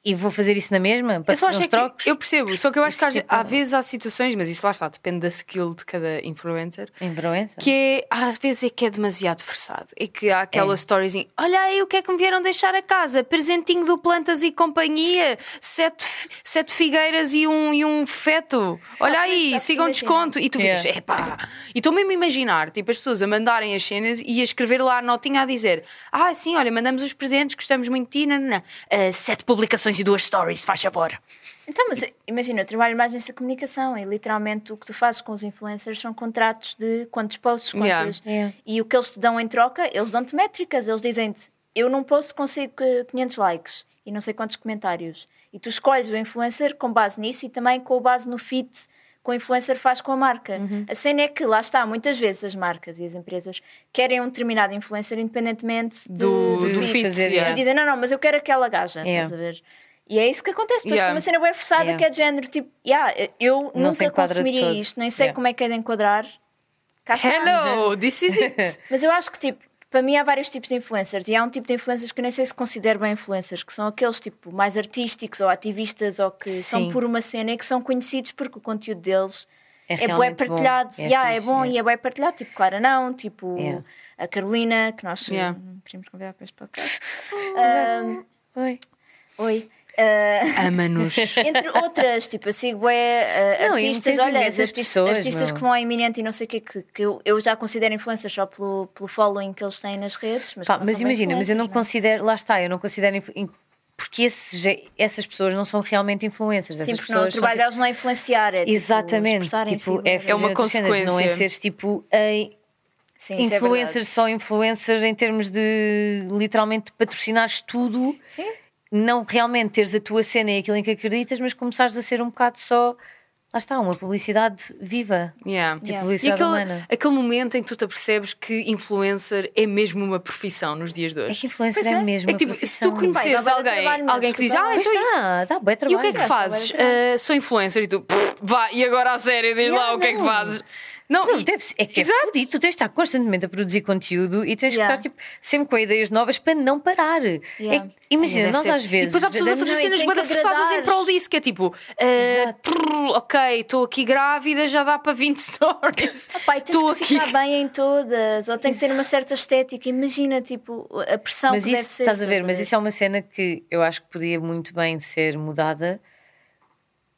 Speaker 2: e vou fazer isso na mesma? Para
Speaker 1: Eu só acho
Speaker 2: receber
Speaker 1: é
Speaker 2: uns trocos?
Speaker 1: que eu percebo, só que eu acho que às,
Speaker 2: Isso, tipo-
Speaker 1: às vezes há situações, mas isso lá está, depende da skill de cada influencer,
Speaker 2: Influencer?
Speaker 1: que é, às vezes é que é demasiado forçado. E que há aquela
Speaker 2: É.
Speaker 1: storyzinha: olha aí o que é que me vieram deixar a casa, presentinho do Plantas e Companhia, sete, fi- sete figueiras e um, e um feto. Olha
Speaker 3: Ah,
Speaker 1: aí,
Speaker 3: pois, já
Speaker 1: sigam
Speaker 3: imagino.
Speaker 1: desconto. E tu ficas,
Speaker 2: Yeah.
Speaker 1: epá. E estou mesmo a imaginar, tipo, as pessoas a mandarem as cenas e a escrever lá a notinha a dizer: ah, sim, olha, mandamos os presentes, gostamos muito de ti, nananã. Ah, sete publicações e duas stories, faz favor.
Speaker 3: Então, mas imagina, eu trabalho mais nessa comunicação e literalmente o que tu fazes com os influencers são contratos de quantos posts,
Speaker 1: Yeah.
Speaker 3: quantas.
Speaker 2: Yeah.
Speaker 3: E o que eles te dão em troca, eles dão-te métricas. Eles dizem-te, eu num post consigo eh, 500 likes e não sei quantos comentários. E tu escolhes o influencer com base nisso e também com base no fit que o influencer faz com a marca. A cena é que, lá está, muitas vezes as marcas e as empresas querem um determinado influencer independentemente de-
Speaker 1: Do-
Speaker 3: do,
Speaker 1: do
Speaker 3: fit.
Speaker 1: fit,
Speaker 2: fazer,
Speaker 1: yeah.
Speaker 3: E dizem, não, não, mas eu quero aquela gaja,
Speaker 2: Yeah.
Speaker 3: estás a ver? E é isso que acontece, depois
Speaker 1: Yeah.
Speaker 3: com uma cena bem forçada
Speaker 2: Yeah.
Speaker 3: que é de género, tipo, yeah, eu
Speaker 2: Não se
Speaker 3: nunca
Speaker 2: enquadra de
Speaker 3: consumiria
Speaker 2: todo.
Speaker 3: isto, nem sei
Speaker 2: Yeah.
Speaker 3: como é que é de enquadrar. Cá está.
Speaker 1: Hello, this is it.
Speaker 3: Mas eu acho que, tipo, para mim há vários tipos de influencers e há um tipo de influencers que eu nem sei se considero bem influencers, que são aqueles, tipo, mais artísticos ou ativistas ou que são
Speaker 2: Sim.
Speaker 3: por uma cena e que são conhecidos porque o conteúdo deles
Speaker 2: É
Speaker 3: é bom, é
Speaker 2: realmente
Speaker 3: partilhado.
Speaker 2: bom.
Speaker 3: É,
Speaker 2: É
Speaker 3: é
Speaker 2: fixe,
Speaker 3: bom
Speaker 2: é.
Speaker 3: e é bom, é partilhado. Tipo, Clara não, tipo
Speaker 2: Yeah.
Speaker 3: a Carolina, que nós
Speaker 1: Yeah.
Speaker 3: hum, queríamos convidar para este podcast. Ahm,
Speaker 2: Oh, Oi.
Speaker 3: oi. Ah,
Speaker 1: Ama-nos.
Speaker 3: entre outras, tipo, eu sigo é,
Speaker 2: Não, e
Speaker 3: artistas,
Speaker 2: tens
Speaker 3: olha,
Speaker 2: imensas
Speaker 3: artistas,
Speaker 2: pessoas,
Speaker 3: artistas
Speaker 2: meu.
Speaker 3: que vão à iminente e não sei o que, que, que eu, eu já considero influencers só pelo, pelo following que eles têm nas redes. Mas,
Speaker 2: Pá,
Speaker 3: que não é?
Speaker 2: mas
Speaker 3: são bem
Speaker 2: imagina, mas eu não
Speaker 3: influencers,
Speaker 2: considero, lá está, eu não considero influ- in- porque esses ge- essas pessoas não são realmente influencers.
Speaker 3: né? Sim,
Speaker 2: essas
Speaker 3: porque não, o
Speaker 2: pessoas são
Speaker 3: trabalho delas não é influenciar, é tipo, né?
Speaker 2: Exatamente,
Speaker 3: expressarem
Speaker 2: tipo,
Speaker 3: si,
Speaker 2: é,
Speaker 3: blá, blá,
Speaker 2: fazer
Speaker 3: blá.
Speaker 1: É uma
Speaker 2: outras cenas, não é
Speaker 1: consequência.
Speaker 2: seres tipo a
Speaker 3: Sim, isso é
Speaker 2: influencer,
Speaker 3: verdade.
Speaker 2: só influencer em termos de literalmente patrocinares tudo,
Speaker 3: Sim,
Speaker 2: não realmente teres a tua cena e aquilo em que acreditas, mas começares a ser um bocado só, lá está, uma publicidade viva,
Speaker 1: Yeah.
Speaker 2: tipo
Speaker 3: Yeah.
Speaker 1: E
Speaker 2: publicidade
Speaker 1: aquele,
Speaker 2: humana.
Speaker 1: aquele momento em que tu te apercebes que influencer é mesmo uma profissão nos dias de
Speaker 2: É
Speaker 1: hoje.
Speaker 2: que influencer
Speaker 3: Pois
Speaker 2: é,
Speaker 3: é.
Speaker 2: mesmo.
Speaker 1: É
Speaker 2: uma
Speaker 1: que, tipo, se
Speaker 2: profissão.
Speaker 1: tu
Speaker 3: Bem, dá
Speaker 1: conheceres
Speaker 3: bué de
Speaker 1: alguém,
Speaker 3: trabalho, mas
Speaker 1: alguém que diz, ah,
Speaker 3: desculpa lá.
Speaker 2: Pois
Speaker 1: então
Speaker 2: dá, dá bem
Speaker 1: E o
Speaker 2: trabalho.
Speaker 1: que é que
Speaker 3: Trabalho.
Speaker 1: fazes? Ah, sou influencer e tu, pff, vá, e agora a sério, diz
Speaker 2: Yeah,
Speaker 1: lá o que é que
Speaker 2: não.
Speaker 1: fazes. Não,
Speaker 2: Não,
Speaker 1: e-
Speaker 2: deve ser, é que
Speaker 1: Exato.
Speaker 2: é fodido. tu tens de estar constantemente a produzir conteúdo e tens
Speaker 3: Yeah.
Speaker 2: que estar tipo, sempre com ideias novas para não parar. É que-
Speaker 3: Yeah.
Speaker 2: imagina,
Speaker 1: Deve
Speaker 2: nós
Speaker 1: ser.
Speaker 2: às
Speaker 1: E
Speaker 2: vezes.
Speaker 1: depois há pessoas a
Speaker 2: damos-
Speaker 1: fazer
Speaker 3: Não, e
Speaker 1: cenas
Speaker 3: tem
Speaker 1: bada
Speaker 3: que
Speaker 1: forçadas em
Speaker 3: agradares.
Speaker 1: prol disso, que é tipo, eh,
Speaker 2: Exato.
Speaker 1: prrr, ok, estou aqui grávida, já dá para 20 stories.
Speaker 3: Ah, Pai, tens
Speaker 1: Estou
Speaker 3: que
Speaker 1: aqui.
Speaker 3: ficar bem em todas, ou tem que ter uma certa estética. Imagina, tipo, a pressão
Speaker 2: mas
Speaker 3: que
Speaker 2: isso,
Speaker 3: deve ser.
Speaker 2: estás a ver, mas isso é uma cena que eu acho que podia muito bem ser mudada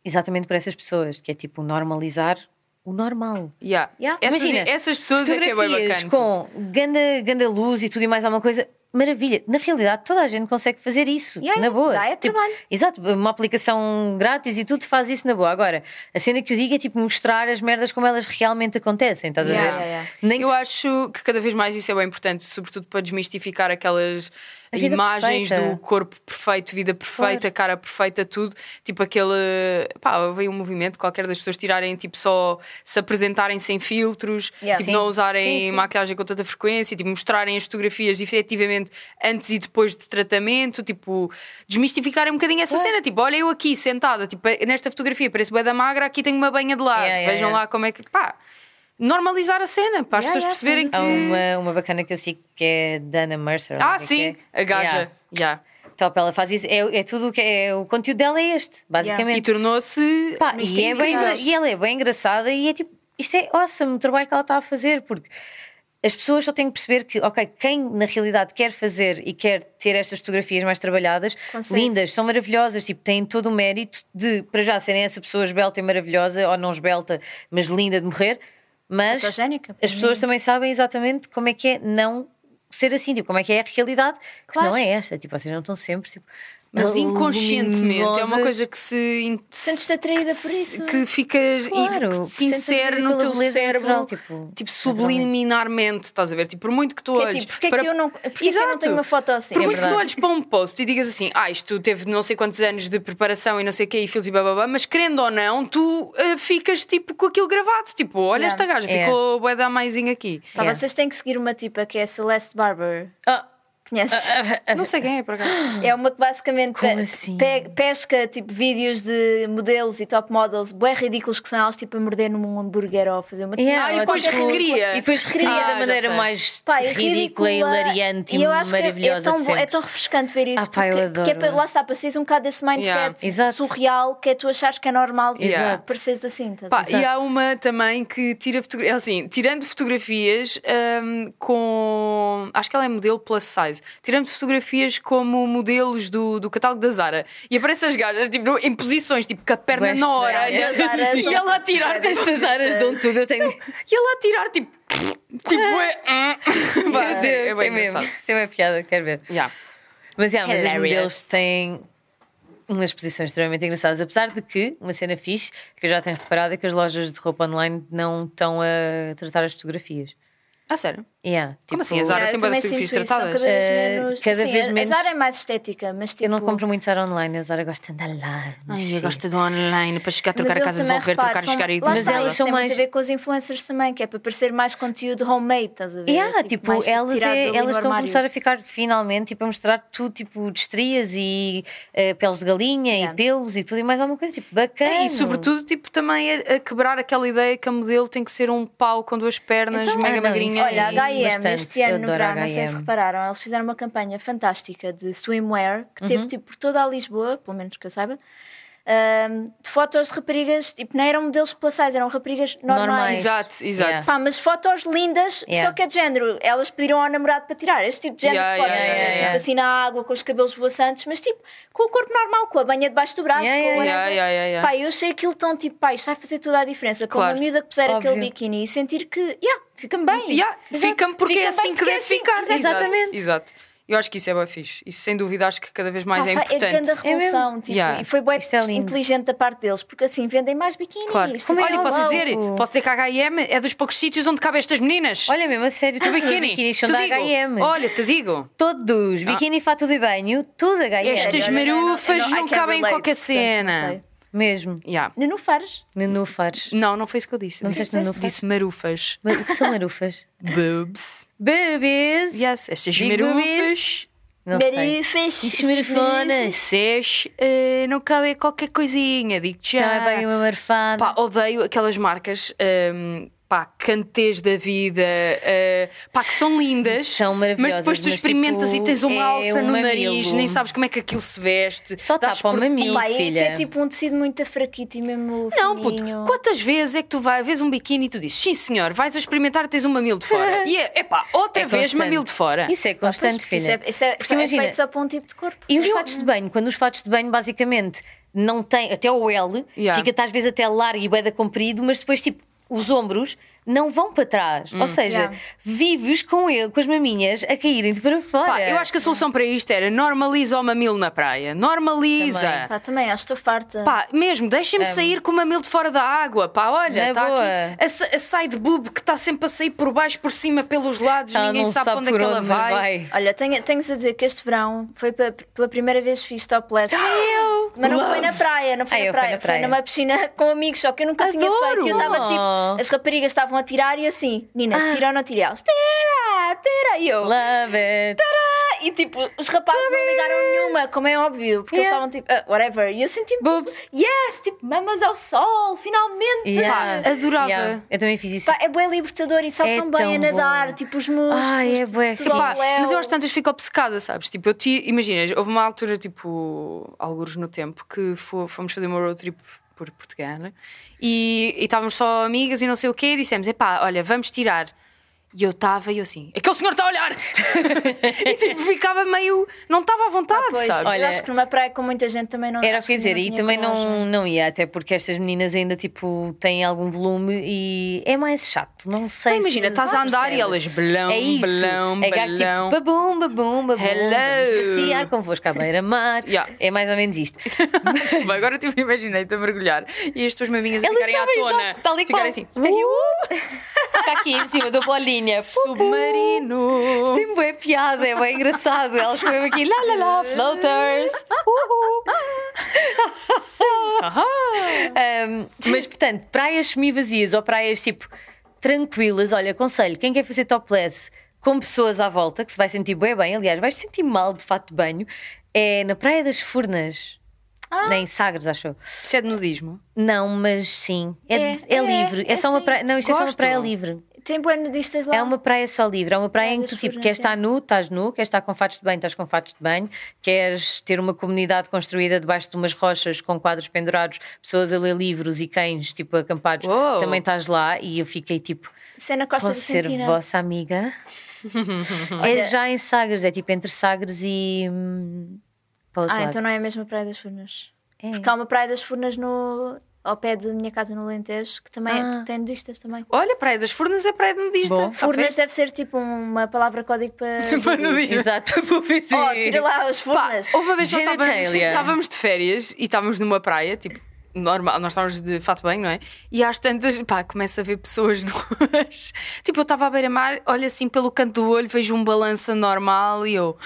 Speaker 2: exatamente por essas pessoas, que é tipo normalizar o normal.
Speaker 1: Yeah.
Speaker 3: Yeah.
Speaker 1: Essas,
Speaker 2: Imagina,
Speaker 1: essas pessoas é que é bem
Speaker 2: Fotografias
Speaker 1: bacana.
Speaker 2: com ganda, ganda luz e tudo e mais alguma coisa, maravilha. Na realidade, toda a gente consegue fazer isso,
Speaker 3: Yeah,
Speaker 2: na boa. Tipo,
Speaker 3: dá é trabalho.
Speaker 2: Exato, uma aplicação grátis e tudo faz isso na boa. Agora, a cena que eu digo é tipo mostrar as merdas como elas realmente acontecem, estás
Speaker 3: Yeah,
Speaker 2: a ver?
Speaker 3: yeah, yeah.
Speaker 2: Nem
Speaker 1: Eu acho que cada vez mais isso é bem importante, sobretudo para desmistificar aquelas
Speaker 2: A vida
Speaker 1: imagens
Speaker 2: perfeita.
Speaker 1: do corpo perfeito, vida perfeita,
Speaker 2: Claro.
Speaker 1: cara perfeita, tudo. Tipo aquele. Pá, veio um movimento qualquer das pessoas tirarem, tipo, só se apresentarem sem filtros,
Speaker 3: Yeah.
Speaker 1: tipo,
Speaker 2: Sim.
Speaker 1: não usarem
Speaker 2: Sim, sim.
Speaker 1: maquilhagem com tanta frequência, tipo, mostrarem as fotografias efetivamente antes e depois de tratamento, tipo, desmistificarem um bocadinho essa cena. Tipo, olha eu aqui sentada, tipo, nesta fotografia parece bué da magra, aqui tenho uma banha de lado.
Speaker 2: Yeah, yeah,
Speaker 1: Vejam
Speaker 2: yeah.
Speaker 1: lá como é que. Pá, normalizar a cena, para as
Speaker 3: Yeah,
Speaker 1: pessoas
Speaker 3: yeah,
Speaker 1: perceberem
Speaker 3: sim.
Speaker 1: que.
Speaker 2: Há uma, uma bacana que eu sigo que é Dana Mercer.
Speaker 1: Ah,
Speaker 2: não sei o
Speaker 1: sim,
Speaker 2: que é.
Speaker 1: a gaja.
Speaker 2: Yeah.
Speaker 1: Yeah.
Speaker 2: Top, ela faz isso. É, é tudo o que é. O conteúdo dela é este,
Speaker 1: E
Speaker 2: basicamente.
Speaker 1: tornou-se.
Speaker 2: Pá,
Speaker 3: Mas
Speaker 2: E,
Speaker 3: tem
Speaker 2: é bem
Speaker 3: incrível.
Speaker 2: engra- e ela é bem engraçada e é tipo, isto é awesome o trabalho que ela está a fazer, porque as pessoas só têm que perceber que, ok, quem na realidade quer fazer e quer ter estas fotografias mais trabalhadas,
Speaker 3: Consegue.
Speaker 2: lindas, são maravilhosas, tipo, têm todo o mérito de, para já, serem essa pessoa esbelta e maravilhosa, ou não esbelta, mas linda de morrer, mas
Speaker 3: Fotogénica, hum. para
Speaker 1: Uhum.
Speaker 2: as pessoas também sabem exatamente como é que é não ser assim, tipo, como é que é a realidade,
Speaker 3: Claro.
Speaker 2: que não é esta, tipo, vocês não estão sempre, tipo...
Speaker 1: Mas inconscientemente é uma
Speaker 2: luminosas.
Speaker 1: coisa que se. in-
Speaker 3: Tu sentes-te atraída por isso.
Speaker 1: que ficas. e
Speaker 2: Claro,
Speaker 1: que se
Speaker 2: sentes
Speaker 1: insere
Speaker 2: ali
Speaker 1: no
Speaker 2: aquela
Speaker 1: teu
Speaker 2: beleza
Speaker 1: cérebro.
Speaker 2: natural, tipo,
Speaker 1: tipo,
Speaker 2: naturalmente.
Speaker 1: subliminarmente, estás a ver? Tipo, por muito que tu
Speaker 3: Que é
Speaker 1: olhes.
Speaker 3: tipo, porque é
Speaker 1: para-
Speaker 3: que eu não, porque é que eu não
Speaker 1: Exato.
Speaker 3: tenho uma foto assim?
Speaker 1: Por
Speaker 2: É
Speaker 1: muito que tu
Speaker 2: verdade.
Speaker 1: olhes para um post e digas assim, ah, isto teve não sei quantos anos de preparação e não sei o quê e fios e bababá, mas querendo ou não, tu eh, ficas tipo com aquilo gravado. Tipo, olha
Speaker 3: Yeah.
Speaker 1: esta gaja,
Speaker 2: Yeah.
Speaker 1: ficou bué da maisinha aqui.
Speaker 3: Pá,
Speaker 2: Yeah.
Speaker 3: Vocês têm que seguir uma tipa que é a Celeste Barber.
Speaker 2: Ah,
Speaker 3: Conheces?
Speaker 1: Não sei quem é, por acaso.
Speaker 3: É uma que basicamente
Speaker 2: Como
Speaker 3: pe-
Speaker 2: assim?
Speaker 3: pe- pesca tipo vídeos de modelos e top models bué ridículos que são elas tipo a morder num hambúrguer ou a fazer uma
Speaker 2: Yeah,
Speaker 1: Ah, e
Speaker 2: ou
Speaker 1: depois
Speaker 3: é
Speaker 2: tipo-
Speaker 1: recria.
Speaker 2: E depois recria
Speaker 1: Ah,
Speaker 2: da
Speaker 1: já
Speaker 2: maneira
Speaker 1: sei.
Speaker 2: mais
Speaker 3: Pá, é
Speaker 2: ridícula,
Speaker 3: ridícula.
Speaker 2: hilariante e,
Speaker 3: eu acho que é-
Speaker 2: maravilhosa
Speaker 3: é,
Speaker 2: de
Speaker 3: tão, bom-
Speaker 2: sempre.
Speaker 3: é tão refrescante ver isso.
Speaker 2: Ah, pá, eu
Speaker 3: porque,
Speaker 2: adoro.
Speaker 3: que é para- lá está, precisas um bocado desse
Speaker 1: Yeah.
Speaker 3: mindset
Speaker 2: Exato.
Speaker 3: surreal que é tu achares que é normal de
Speaker 1: Yeah.
Speaker 3: tipo, pareceres assim. estás a
Speaker 1: Pá,
Speaker 3: ver?
Speaker 1: e há uma também que tira fotografias, assim, tirando fotografias hum, com. Acho que ela é modelo plus size. Tirando fotografias como modelos do, do catálogo da Zara. E aparecem as gajas tipo, em posições, tipo, com a perna na
Speaker 2: Bué
Speaker 3: estranho.
Speaker 1: orelha.
Speaker 3: As Zara
Speaker 1: E
Speaker 3: são-
Speaker 1: ela a tirar, tipo,
Speaker 2: Estas áreas dão tudo, eu tenho.
Speaker 1: e ela a tirar, tipo. Tipo, é. Pá,
Speaker 2: Meu Deus,
Speaker 1: sério, é bem
Speaker 2: tem mesmo.
Speaker 1: engraçado.
Speaker 2: Tem uma piada, quero ver.
Speaker 1: Yeah.
Speaker 2: Mas, yeah, mas os
Speaker 1: Hilarious.
Speaker 2: modelos têm umas posições extremamente engraçadas. Apesar de que, uma cena fixe, que eu já tenho reparado, é que as lojas de roupa online não estão a tratar as fotografias.
Speaker 1: Ah, sério.
Speaker 2: Yeah,
Speaker 1: Como
Speaker 2: tipo,
Speaker 1: assim? A Zara tem
Speaker 3: Yeah, eu
Speaker 1: bué de
Speaker 3: também sinto
Speaker 1: fotografias
Speaker 3: isso,
Speaker 1: tratadas.
Speaker 3: são cada vez
Speaker 2: Eh,
Speaker 3: menos.
Speaker 2: cada
Speaker 3: sim,
Speaker 2: vez
Speaker 3: a-
Speaker 2: menos-
Speaker 3: A Zara é mais estética, mas tipo.
Speaker 2: Eu não compro muito Zara online, a Zara gosta de andar lá.
Speaker 1: Ai, eu
Speaker 2: mexer.
Speaker 1: gosto do online para chegar,
Speaker 3: mas
Speaker 1: trocar a
Speaker 3: eu
Speaker 1: casa,
Speaker 3: também
Speaker 1: devolver,
Speaker 3: reparo,
Speaker 1: trocar,
Speaker 3: são-
Speaker 1: chegar e
Speaker 3: lá
Speaker 2: Mas
Speaker 3: está,
Speaker 2: elas
Speaker 3: isso
Speaker 2: são
Speaker 3: tem
Speaker 2: mais-
Speaker 3: muito a ver com os influencers também, que é para parecer mais conteúdo homemade, estás a ver?
Speaker 2: Yeah,
Speaker 3: É,
Speaker 2: tipo,
Speaker 3: mais
Speaker 2: elas,
Speaker 3: tirado
Speaker 2: é-
Speaker 3: ali do
Speaker 2: elas estão a
Speaker 3: armário.
Speaker 2: começar a ficar finalmente tipo, a mostrar tudo, tipo, de estrias e eh, peles de galinha
Speaker 3: Yeah.
Speaker 2: e pelos e tudo e mais alguma coisa, tipo, bacana.
Speaker 1: É, e sobretudo, tipo, também a, a quebrar aquela ideia que a modelo tem que ser um pau com duas pernas,
Speaker 3: Então-
Speaker 1: mega
Speaker 2: Ah, não,
Speaker 1: magrinha.
Speaker 2: isso-
Speaker 3: Olha, a
Speaker 2: Sim,
Speaker 3: H&M
Speaker 2: bastante.
Speaker 3: este
Speaker 2: Eu
Speaker 3: ano no
Speaker 2: adoro
Speaker 3: verão, não sei se
Speaker 2: H&M.
Speaker 3: repararam, eles fizeram
Speaker 2: Uhum.
Speaker 3: uma campanha fantástica de swimwear que teve tipo por toda a Lisboa, pelo menos que eu saiba, ah, ahm, de fotos de raparigas, tipo, não eram modelos plus size, eram raparigas normais.
Speaker 2: Normais.
Speaker 1: Exato, exato.
Speaker 2: Yeah.
Speaker 3: Pá, mas fotos lindas,
Speaker 2: Yeah.
Speaker 3: só que é de género. Elas pediram ao namorado para tirar este tipo de género
Speaker 1: Yeah,
Speaker 3: de fotos,
Speaker 1: yeah,
Speaker 3: não é?
Speaker 2: yeah,
Speaker 3: tipo
Speaker 2: yeah.
Speaker 3: assim na água, com os cabelos voaçantes, mas tipo, com o corpo normal, com a banha debaixo do braço,
Speaker 2: Yeah,
Speaker 3: com o
Speaker 2: yeah,
Speaker 3: whatever.
Speaker 1: Yeah, yeah, yeah, yeah.
Speaker 3: Pá, eu achei aquilo tão tipo, pá, isto vai fazer toda a diferença. Para
Speaker 1: Claro.
Speaker 3: uma miúda que puser
Speaker 2: Óbvio.
Speaker 3: aquele biquíni e sentir que, yeah, fica-me bem.
Speaker 1: Yeah,
Speaker 3: Exato.
Speaker 1: Fica-me porque
Speaker 3: Fica-me
Speaker 1: é assim
Speaker 3: bem
Speaker 1: que
Speaker 3: porque é
Speaker 1: deve
Speaker 3: assim.
Speaker 1: ficar.
Speaker 3: Exato.
Speaker 1: Exato,
Speaker 2: Exatamente.
Speaker 1: Exato. Eu acho que isso é bem fixe. Isso sem dúvida acho que cada vez mais
Speaker 3: Pá,
Speaker 1: é
Speaker 3: fa-
Speaker 1: importante.
Speaker 3: é grande a revolução, tipo,
Speaker 1: Yeah.
Speaker 3: e foi bem
Speaker 2: Isto é lindo.
Speaker 3: inteligente da parte deles, porque assim vendem mais biquínis.
Speaker 1: Claro.
Speaker 3: isto
Speaker 2: Como é
Speaker 3: é
Speaker 1: Olha, e posso
Speaker 3: louco.
Speaker 1: dizer, posso dizer que a H&M é dos poucos sítios onde cabem estas meninas.
Speaker 2: Olha mesmo, a sério,
Speaker 1: o
Speaker 2: todos os
Speaker 1: biquíni.
Speaker 2: biquínis
Speaker 1: Te
Speaker 2: são da
Speaker 1: digo.
Speaker 2: H&M.
Speaker 1: Olha, Ah. te digo.
Speaker 2: Todos, biquíni, fato de banho, tudo H&M.
Speaker 1: Estas
Speaker 3: Olha, olha, olha,
Speaker 1: marufas
Speaker 3: olha, I
Speaker 1: não
Speaker 3: can
Speaker 1: cabem em
Speaker 3: relate,
Speaker 1: qualquer
Speaker 3: portanto, não
Speaker 1: cena.
Speaker 3: sei.
Speaker 2: Mesmo,
Speaker 1: Yeah.
Speaker 3: Nuno Fares.
Speaker 1: Hum.
Speaker 2: nenúfares.
Speaker 1: Não, não foi isso que eu disse.
Speaker 2: Não
Speaker 1: disse,
Speaker 2: disseste nenúfares?
Speaker 1: disse marufas.
Speaker 2: Mas o que são marufas?
Speaker 1: Boobs.
Speaker 2: Bebês!
Speaker 1: Yes, estas
Speaker 2: Digo
Speaker 1: marufas.
Speaker 2: boobies. Não sei.
Speaker 3: Marifas.
Speaker 2: Isto é
Speaker 3: estas
Speaker 2: marifonas.
Speaker 1: Vocês eh, não cabem em qualquer coisinha. Digo já.
Speaker 2: Já vai uma marfada.
Speaker 1: Pá, odeio aquelas marcas, hum, pá, cantês da vida, uh, pá, que são lindas.
Speaker 2: São
Speaker 1: Mas
Speaker 2: maravilhosas,
Speaker 1: depois tu
Speaker 2: mas,
Speaker 1: experimentas
Speaker 2: tipo,
Speaker 1: e tens uma
Speaker 2: é
Speaker 1: alça
Speaker 2: um
Speaker 1: no
Speaker 2: mamilo.
Speaker 1: nariz, nem sabes como é que aquilo se veste.
Speaker 2: Só
Speaker 1: dás
Speaker 2: tapa ao
Speaker 1: por ti.
Speaker 2: mamilo.
Speaker 3: Pá, é que
Speaker 2: filha.
Speaker 3: é tipo um tecido muito fraquito e mesmo
Speaker 1: Não, puto,
Speaker 3: fininho.
Speaker 1: quantas vezes é que tu vai, vês um biquíni e tu dizes, sim senhor, vais a experimentar e tens um mamilo de fora. E é, epá, outra
Speaker 2: É
Speaker 1: vez
Speaker 2: constante.
Speaker 1: mamilo de fora.
Speaker 2: Isso é
Speaker 3: Pois,
Speaker 2: constante, filha.
Speaker 3: porque Isso é, isso é,
Speaker 2: Porque
Speaker 3: só- é
Speaker 2: imagina-
Speaker 3: feito só para um tipo de corpo.
Speaker 2: E os fatos de banho? Quando os fatos de banho, basicamente, não tem até o L,
Speaker 1: Yeah.
Speaker 2: fica às vezes até largo e beda comprido, mas depois, tipo, os ombros não vão para trás.
Speaker 1: Hum,
Speaker 2: Ou seja,
Speaker 3: Yeah.
Speaker 2: vives com ele, com as maminhas, a caírem de para fora.
Speaker 1: Pá, eu acho que a solução para isto era normaliza o mamilo na praia. Normaliza.
Speaker 2: Também.
Speaker 3: Pá, também acho que estou farta.
Speaker 1: Pá, mesmo, deixem-me sair com o mamilo de fora da água. Pá, olha,
Speaker 2: Na
Speaker 1: tá
Speaker 2: boa.
Speaker 1: aqui a, sa- a side boob que está sempre a sair por baixo, por cima, pelos lados,
Speaker 2: Ela
Speaker 1: ninguém
Speaker 2: não
Speaker 1: sabe, onde é
Speaker 2: por
Speaker 1: que ela vai.
Speaker 3: Olha, tenho- tenho-vos a dizer que este verão foi pe- pela primeira vez que fiz topless. Mas não foi na praia, não foi,
Speaker 2: Ah,
Speaker 3: na,
Speaker 2: eu fui
Speaker 3: praia,
Speaker 2: na praia.
Speaker 3: Foi numa piscina com amigos, só que eu nunca tinha
Speaker 1: Adoro!
Speaker 3: feito. E Eu estava
Speaker 2: Oh.
Speaker 3: tipo, as raparigas estavam a tirar e eu assim, Ninas,
Speaker 2: Ah.
Speaker 3: tira ou não tira? Elas, tira, tira. E eu,
Speaker 2: Love it.
Speaker 3: e tipo, os rapazes não ligaram nenhuma, como é óbvio, porque
Speaker 2: Yeah.
Speaker 3: eles estavam tipo, "Ah, whatever. E eu senti tipo,
Speaker 2: Boobs.
Speaker 3: yes, tipo, mamas ao sol, finalmente.
Speaker 2: Yeah.
Speaker 1: Pá, adorava.
Speaker 2: Yeah. Eu também fiz isso.
Speaker 3: Pá, é bem libertador e sabe
Speaker 2: É
Speaker 3: tão bem a
Speaker 2: tão
Speaker 3: nadar,
Speaker 2: bom.
Speaker 3: tipo os músculos.
Speaker 2: Ai, é bué fixe.
Speaker 3: tudo ao
Speaker 1: Pá,
Speaker 3: léu.
Speaker 1: mas eu às tantas fico obcecada, sabes? Tipo, eu ti, imaginas, houve uma altura, tipo, alguns no tempo, que fo- fomos fazer uma road trip por Portugal né? e e estávamos só amigas e não sei o quê, e dissemos: epá, olha, vamos tirar. E eu estava e eu assim, aquele senhor está a olhar! e tipo, ficava meio. não estava à vontade,
Speaker 3: Ah, Pois,
Speaker 1: sabes?
Speaker 3: eu
Speaker 2: Olha-
Speaker 3: acho que numa praia com muita gente também não.
Speaker 2: Era o
Speaker 3: acho
Speaker 2: que eu ia dizer, e
Speaker 3: tinha
Speaker 2: também
Speaker 3: coragem.
Speaker 2: não, não ia, até porque estas meninas ainda tipo têm algum volume e é mais chato, não sei.
Speaker 1: Não, imagina,
Speaker 2: se-
Speaker 1: estás a
Speaker 2: sabe,
Speaker 1: andar e
Speaker 2: percebe?
Speaker 1: elas blão,
Speaker 2: É isso.
Speaker 1: blão,
Speaker 2: é gato
Speaker 1: blão.
Speaker 2: tipo babum, babum, babum.
Speaker 1: Hello.
Speaker 2: vamos Passear convosco à beira-mar.
Speaker 1: Yeah.
Speaker 2: É mais ou menos isto.
Speaker 1: Desculpa, agora tipo, imaginei-te a mergulhar e as tuas maminhas a
Speaker 2: Elas
Speaker 1: ficarem à
Speaker 2: sabem,
Speaker 1: tona.
Speaker 2: exato, tal e
Speaker 1: ficarem assim.
Speaker 2: qual. Está aqui em cima da bolinha.
Speaker 1: Submarino! Tipo,
Speaker 2: Tem boa piada, é bem engraçado. Elas comem aqui, lá lá lá, floaters. Uhul. Um, mas portanto, praias semi-vazias ou praias tipo tranquilas, olha, aconselho, quem quer fazer topless com pessoas à volta, que se vai sentir bem bem, aliás, vais te sentir mal de fato de banho, é na Praia das Furnas. Nem Sagres, achou?
Speaker 1: Isso é de nudismo.
Speaker 2: Não, mas sim. É,
Speaker 3: É,
Speaker 2: é
Speaker 3: é,
Speaker 2: livre. É,
Speaker 3: é
Speaker 2: só uma
Speaker 3: sim.
Speaker 2: praia. Não, isto é só uma
Speaker 1: Gosto.
Speaker 2: praia livre.
Speaker 3: Tem bué nudistas lá.
Speaker 2: É uma praia só livre, é uma praia em que tu
Speaker 3: Praias
Speaker 2: tipo, queres
Speaker 3: furnas,
Speaker 2: estar
Speaker 3: é.
Speaker 2: nu, estás nu, queres estar com fatos de banho, estás com fatos de banho, queres ter uma comunidade construída debaixo de umas rochas com quadros pendurados, pessoas a ler livros e cães tipo acampados,
Speaker 1: Uou.
Speaker 2: também estás lá e eu fiquei tipo,
Speaker 3: Isso é na Costa
Speaker 2: posso ser
Speaker 3: Vicentina.
Speaker 2: vossa amiga? é já em Sagres, é tipo entre Sagres e hum, para o outro
Speaker 3: Ah,
Speaker 2: lado.
Speaker 3: então não é a mesma Praia das Furnas.
Speaker 2: É.
Speaker 3: Porque há uma Praia das Furnas no... ao pé da minha casa no Lentejo que também é-
Speaker 2: Ah.
Speaker 3: tem nudistas também.
Speaker 1: Olha, praia das Furnas é praia de nudista.
Speaker 2: Bom.
Speaker 1: Ah,
Speaker 3: Furnas
Speaker 1: fez?
Speaker 3: deve ser tipo uma palavra código para.
Speaker 2: Tipo
Speaker 1: Para nudismo.
Speaker 2: Exato, para publicidade.
Speaker 3: Oh, tira lá as
Speaker 1: Pá,
Speaker 2: oh,
Speaker 3: furnas.
Speaker 1: houve uma vez que nós estávamos,
Speaker 2: Genitalia.
Speaker 1: estávamos de férias e estávamos numa praia, tipo. Normal, nós estávamos de fato bem, não é? E às tantas, pá, começa a ver pessoas nuas. Tipo, eu estava à beira-mar, olho assim pelo canto do olho, vejo um balança normal e eu.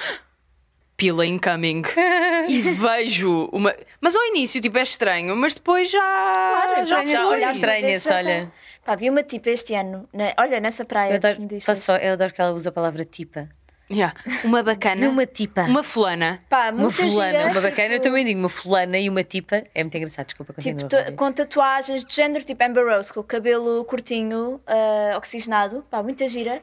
Speaker 1: Pila incoming. e vejo uma. Mas ao início, tipo, é estranho, mas depois já.
Speaker 3: Claro, então,
Speaker 1: já
Speaker 3: estranho,
Speaker 1: flui.
Speaker 2: olha,
Speaker 3: olhaste uma
Speaker 2: estranha
Speaker 3: vez,
Speaker 2: esse,
Speaker 3: já
Speaker 2: olha.
Speaker 3: tá. tipo Pá, vi uma tipa este ano. na- Olha, nessa
Speaker 2: Eu
Speaker 3: praia dos
Speaker 2: adoro,
Speaker 3: nudistas.
Speaker 2: só- eu adoro que ela usa a palavra tipa.
Speaker 1: Yeah. Uma bacana.
Speaker 2: Uma tipa.
Speaker 1: Uma fulana.
Speaker 3: Pá,
Speaker 2: Uma
Speaker 3: muita
Speaker 2: fulana,
Speaker 3: gira.
Speaker 2: uma bacana, eu também digo uma fulana e uma tipa. É muito engraçado, desculpa, continua.
Speaker 3: Tipo,
Speaker 2: Vânia.
Speaker 3: tu- com tatuagens de género, tipo Amber Rose, com o cabelo curtinho, ah, oxigenado, pá, muita gira.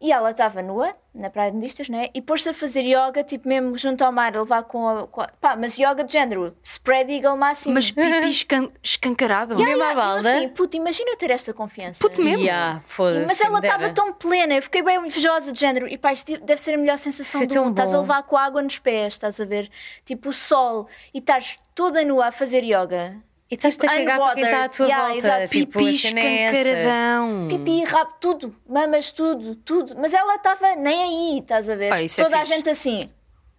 Speaker 3: E ela estava nua, na praia de nudistas, né? E pôs-se a fazer yoga, tipo mesmo junto ao mar, a levar com a. Com a- pá, mas yoga de género, spread eagle máximo.
Speaker 1: Mas pipi escan- escancarado.
Speaker 3: Ya,
Speaker 2: mesmo
Speaker 3: ya,
Speaker 2: à balda?
Speaker 3: eu Assim, puto, imagina eu ter esta confiança.
Speaker 1: Puto mesmo.
Speaker 2: Yeah,
Speaker 3: E-
Speaker 2: foda-se,
Speaker 3: Mas ela
Speaker 2: me dera.
Speaker 3: estava tão plena, eu fiquei bem invejosa de género. E pá, isto tipo, deve ser a melhor sensação
Speaker 2: Isso é
Speaker 3: do
Speaker 2: tão
Speaker 3: mundo. Estás a
Speaker 2: bom.
Speaker 3: levar com a água nos pés, estás a ver? Tipo o sol, e estás toda nua a fazer yoga.
Speaker 2: E estás-te a
Speaker 3: tipo,
Speaker 2: cagar para quem está à
Speaker 3: unbothered.
Speaker 2: tua
Speaker 3: Yeah,
Speaker 2: volta.
Speaker 3: exato.
Speaker 2: Tipo,
Speaker 1: Pipi
Speaker 2: a cena é essa.
Speaker 1: escancaradão.
Speaker 3: Pipi, rabo, tudo, mamas, tudo, tudo. Mas ela estava nem aí, estás a ver?
Speaker 1: Pá, isso é
Speaker 3: toda a
Speaker 1: fixe.
Speaker 3: gente assim.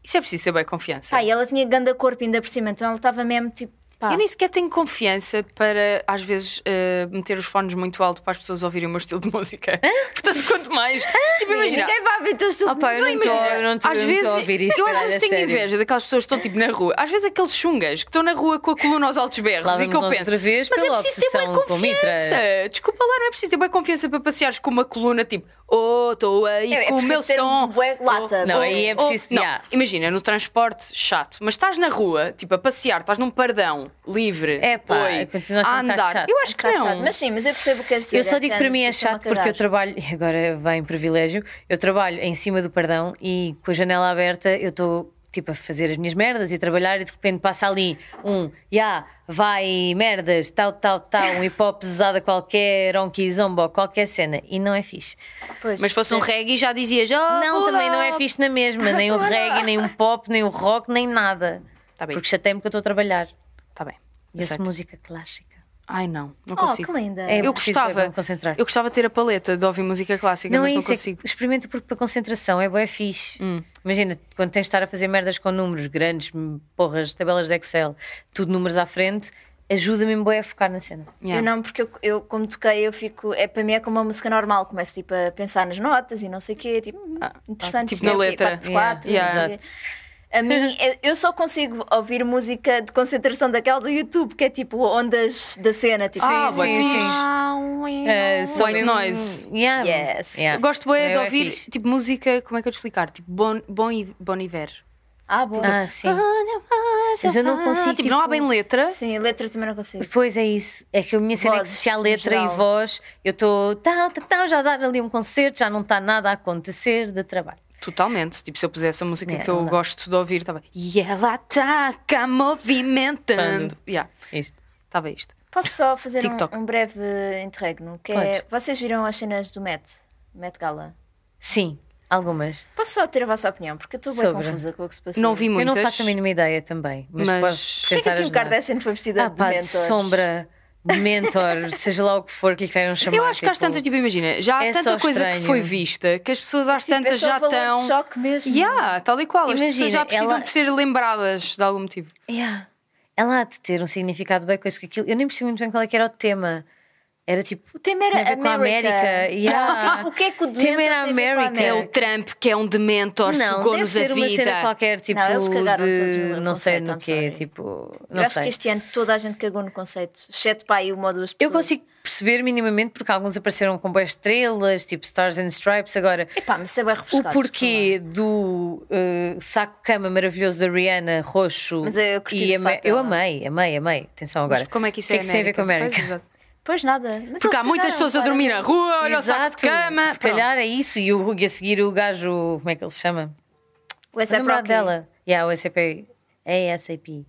Speaker 1: Isso é preciso ter bem confiança.
Speaker 3: Pá, e ela tinha ganda corpo ainda por cima, então ela estava mesmo tipo. Pá.
Speaker 2: Ah.
Speaker 1: Eu nem sequer tenho confiança para, às vezes, eh, meter os fones muito alto para as pessoas ouvirem o meu estilo de música. Portanto, quanto mais. tipo, imagina.
Speaker 3: Ninguém vai ver teus
Speaker 2: Ah, pá, eu não tô- eu não tô-
Speaker 1: às
Speaker 2: eu não tô
Speaker 1: vezes,
Speaker 2: a ouvir isto,
Speaker 1: eu às
Speaker 2: caralho,
Speaker 1: vezes
Speaker 2: a
Speaker 1: tenho
Speaker 2: sério.
Speaker 1: inveja daquelas pessoas que estão tipo na rua. Às vezes aqueles chungas que estão na rua com a coluna aos altos
Speaker 2: Lá
Speaker 1: berros e
Speaker 2: vamos
Speaker 1: que eu
Speaker 2: nós
Speaker 1: penso.
Speaker 2: outra vez
Speaker 1: mas é
Speaker 2: pela
Speaker 1: preciso ter bem
Speaker 2: obsessão com
Speaker 1: confiança.
Speaker 2: mitras."
Speaker 1: Desculpa lá, não é preciso ter bem confiança para passeares com uma coluna tipo, oh, estou aí
Speaker 3: É, é
Speaker 1: com o
Speaker 3: preciso
Speaker 1: meu
Speaker 3: ter
Speaker 1: som.
Speaker 3: bué lata,
Speaker 2: Não,
Speaker 3: bué-
Speaker 2: aí é preciso.
Speaker 1: Ou- não,
Speaker 2: yeah.
Speaker 1: Imagina, no transporte, chato, mas estás na rua, tipo, a passear, estás num pardão, livre,
Speaker 2: É pá,
Speaker 1: oi,
Speaker 2: continua a ser um
Speaker 1: a
Speaker 2: bocado
Speaker 1: andar.
Speaker 2: chato.
Speaker 1: Eu acho que
Speaker 3: Tá
Speaker 1: não.
Speaker 3: chato. Mas sim, mas eu percebo o que é
Speaker 2: Eu só digo que para mim é chato porque eu trabalho, e agora vem privilégio, eu trabalho em cima do pardão e com a janela aberta eu estou tipo a fazer as minhas merdas e a trabalhar e de repente passa ali um, já, vai merdas, tal, tal, tal, um hip hop pesada qualquer, onky zombo, qualquer cena e não é fixe.
Speaker 3: Pois,
Speaker 1: Mas se fosse um
Speaker 3: percebo.
Speaker 1: reggae, já dizias, oh,
Speaker 2: Não,
Speaker 1: pula.
Speaker 2: também não é fixe na mesma, nem o
Speaker 1: Pula.
Speaker 2: reggae, nem o pop, nem o rock, nem nada.
Speaker 1: Tá bem.
Speaker 2: Porque chatei-me que eu estou a trabalhar.
Speaker 1: Tá bem.
Speaker 2: E ouço
Speaker 1: aceito.
Speaker 2: música clássica.
Speaker 1: Ai, não, não
Speaker 3: Oh,
Speaker 1: consigo.
Speaker 3: que linda.
Speaker 2: É,
Speaker 1: eu
Speaker 2: preciso bem
Speaker 1: gostava,
Speaker 2: me concentrar.
Speaker 1: eu gostava de ter a paleta de ouvir música clássica, mas
Speaker 2: é
Speaker 1: não
Speaker 2: isso, é que
Speaker 1: consigo. Hum.
Speaker 2: experimenta porque para concentração é bué fixe. Imagina, quando tens de estar a fazer merdas com números grandes, m- porras, tabelas de Excel, tudo números à frente, ajuda-me bué a focar na cena.
Speaker 1: Yeah.
Speaker 3: Eu não, porque eu, eu, como toquei, eu fico. É, para mim é como uma música normal, começo tipo, a pensar nas notas e não sei o quê, tipo, hum,
Speaker 1: Ah,
Speaker 3: interessante.
Speaker 1: tipo na letra.
Speaker 2: Yeah,
Speaker 3: 4 4
Speaker 1: yeah.
Speaker 3: A mim, é- eu só consigo ouvir música de concentração daquela do YouTube, que é tipo ondas da cena, tipo.
Speaker 1: Ah,
Speaker 2: sim,
Speaker 1: bué
Speaker 2: sim.
Speaker 1: fixe.
Speaker 2: Ah, só
Speaker 1: White noise.
Speaker 2: Yeah.
Speaker 3: Yes.
Speaker 2: Yeah.
Speaker 1: Eu gosto bem
Speaker 2: Sim,
Speaker 1: de
Speaker 2: é
Speaker 1: ouvir,
Speaker 2: fixe.
Speaker 1: tipo, música, como é que eu te explicar? Tipo, Bon, bon, Iv- bon Iver.
Speaker 3: Ah, boa.
Speaker 2: Ah, sim.
Speaker 1: Mas
Speaker 2: eu não consigo,
Speaker 1: Tipo, não há
Speaker 2: tipo-
Speaker 1: bem letra.
Speaker 3: Sim, letra também não consigo.
Speaker 2: Pois é isso. É que a minha cena é que
Speaker 3: Vozes,
Speaker 2: se há
Speaker 3: no
Speaker 2: letra e
Speaker 3: geral.
Speaker 2: voz, eu estou tá, tá, tá, já a dar ali um concerto, já não está nada a acontecer de trabalho.
Speaker 1: Totalmente. Tipo, se eu pusesse a música
Speaker 2: Yeah,
Speaker 1: que eu
Speaker 2: É, não dá.
Speaker 1: gosto de ouvir, estava. E ela ataca movimentando. Yeah,
Speaker 2: Isto.
Speaker 1: estava isto.
Speaker 3: Posso só fazer
Speaker 1: TikTok.
Speaker 3: um, um breve interregno? Que é, vocês viram as cenas do Met, Met Gala?
Speaker 2: Sim, algumas.
Speaker 3: Posso só ter a vossa opinião? Porque eu estou bem
Speaker 2: Sobre.
Speaker 3: confusa com o que se passou.
Speaker 1: Não vi
Speaker 2: Eu
Speaker 1: muitas.
Speaker 2: não faço a mínima ideia também, mas,
Speaker 1: Mas-
Speaker 2: posso
Speaker 1: Porquê
Speaker 3: Porquê que
Speaker 2: tentar
Speaker 3: a Kim
Speaker 2: ajudar.
Speaker 3: Kardashian foi vestida
Speaker 2: Ah,
Speaker 3: de
Speaker 2: pá, de
Speaker 3: mentor?
Speaker 2: sombra, mentor, seja lá o que for que lhe queiram chamar.
Speaker 1: Eu acho que às
Speaker 2: tipo,
Speaker 1: tantas, tipo, imagina, já há
Speaker 2: é
Speaker 1: tanta
Speaker 2: só
Speaker 1: coisa que
Speaker 2: estranho.
Speaker 1: foi vista que as pessoas às
Speaker 3: Tipo, é
Speaker 1: tantas
Speaker 3: só
Speaker 1: já
Speaker 3: valor de
Speaker 1: estão.
Speaker 3: choque mesmo.
Speaker 1: Yeah, tal e qual. as
Speaker 2: Imagina,
Speaker 1: pessoas já precisam
Speaker 2: ela-
Speaker 1: de ser lembradas de algum motivo.
Speaker 2: Yeah. Ela há de ter um significado bem com isso, com aquilo. Eu nem percebi muito bem qual é que era o tema. Era tipo.
Speaker 3: O tema era
Speaker 2: Tem a ver com a
Speaker 3: América.
Speaker 2: América, yeah.
Speaker 3: O que é que o
Speaker 2: O tema
Speaker 3: dementor
Speaker 2: era
Speaker 3: tem a ver com a
Speaker 2: América.
Speaker 1: É
Speaker 3: América?
Speaker 1: o Trump que é um dementor,
Speaker 2: Não, deve
Speaker 1: sugou-nos a
Speaker 2: ser uma cena
Speaker 1: vida.
Speaker 2: qualquer tipo
Speaker 3: Não, eles cagaram todos no
Speaker 2: de não sei
Speaker 3: conceito,
Speaker 2: no
Speaker 3: I'm
Speaker 2: quê,
Speaker 3: sorry.
Speaker 2: tipo,
Speaker 3: eu
Speaker 2: não
Speaker 3: acho
Speaker 2: sei.
Speaker 3: que este ano toda a gente cagou no conceito, exceto para aí uma ou duas pessoas.
Speaker 2: Eu consigo perceber minimamente porque alguns apareceram com boas estrelas, tipo Stars and Stripes agora.
Speaker 3: Epá, mas isso é bem
Speaker 2: O
Speaker 3: rebuscado.
Speaker 2: porquê do eh, saco-cama maravilhoso da Rihanna, roxo.
Speaker 3: Mas eu curti
Speaker 2: e
Speaker 3: de
Speaker 2: ame-
Speaker 3: facto
Speaker 2: eu
Speaker 3: ela.
Speaker 2: amei, amei, amei. Atenção agora.
Speaker 1: Mas como é que isso
Speaker 2: O
Speaker 1: é
Speaker 2: que é que isso tem a ver com a América?
Speaker 1: Pois, exato.
Speaker 3: desculpa. Pois nada. Mas
Speaker 1: Porque
Speaker 3: eles
Speaker 1: há muitas
Speaker 3: cagaram,
Speaker 1: pessoas a
Speaker 3: claro.
Speaker 1: dormir na rua, é. olha o saco
Speaker 2: Exato.
Speaker 1: de cama.
Speaker 2: Se
Speaker 1: Pronto.
Speaker 2: calhar é isso. E, o, e a seguir o gajo, como é que ele se chama?
Speaker 3: O
Speaker 2: o
Speaker 3: WhatsApp
Speaker 2: namorado
Speaker 3: Rocky.
Speaker 2: dela. Yeah, o SAP. É ASAP.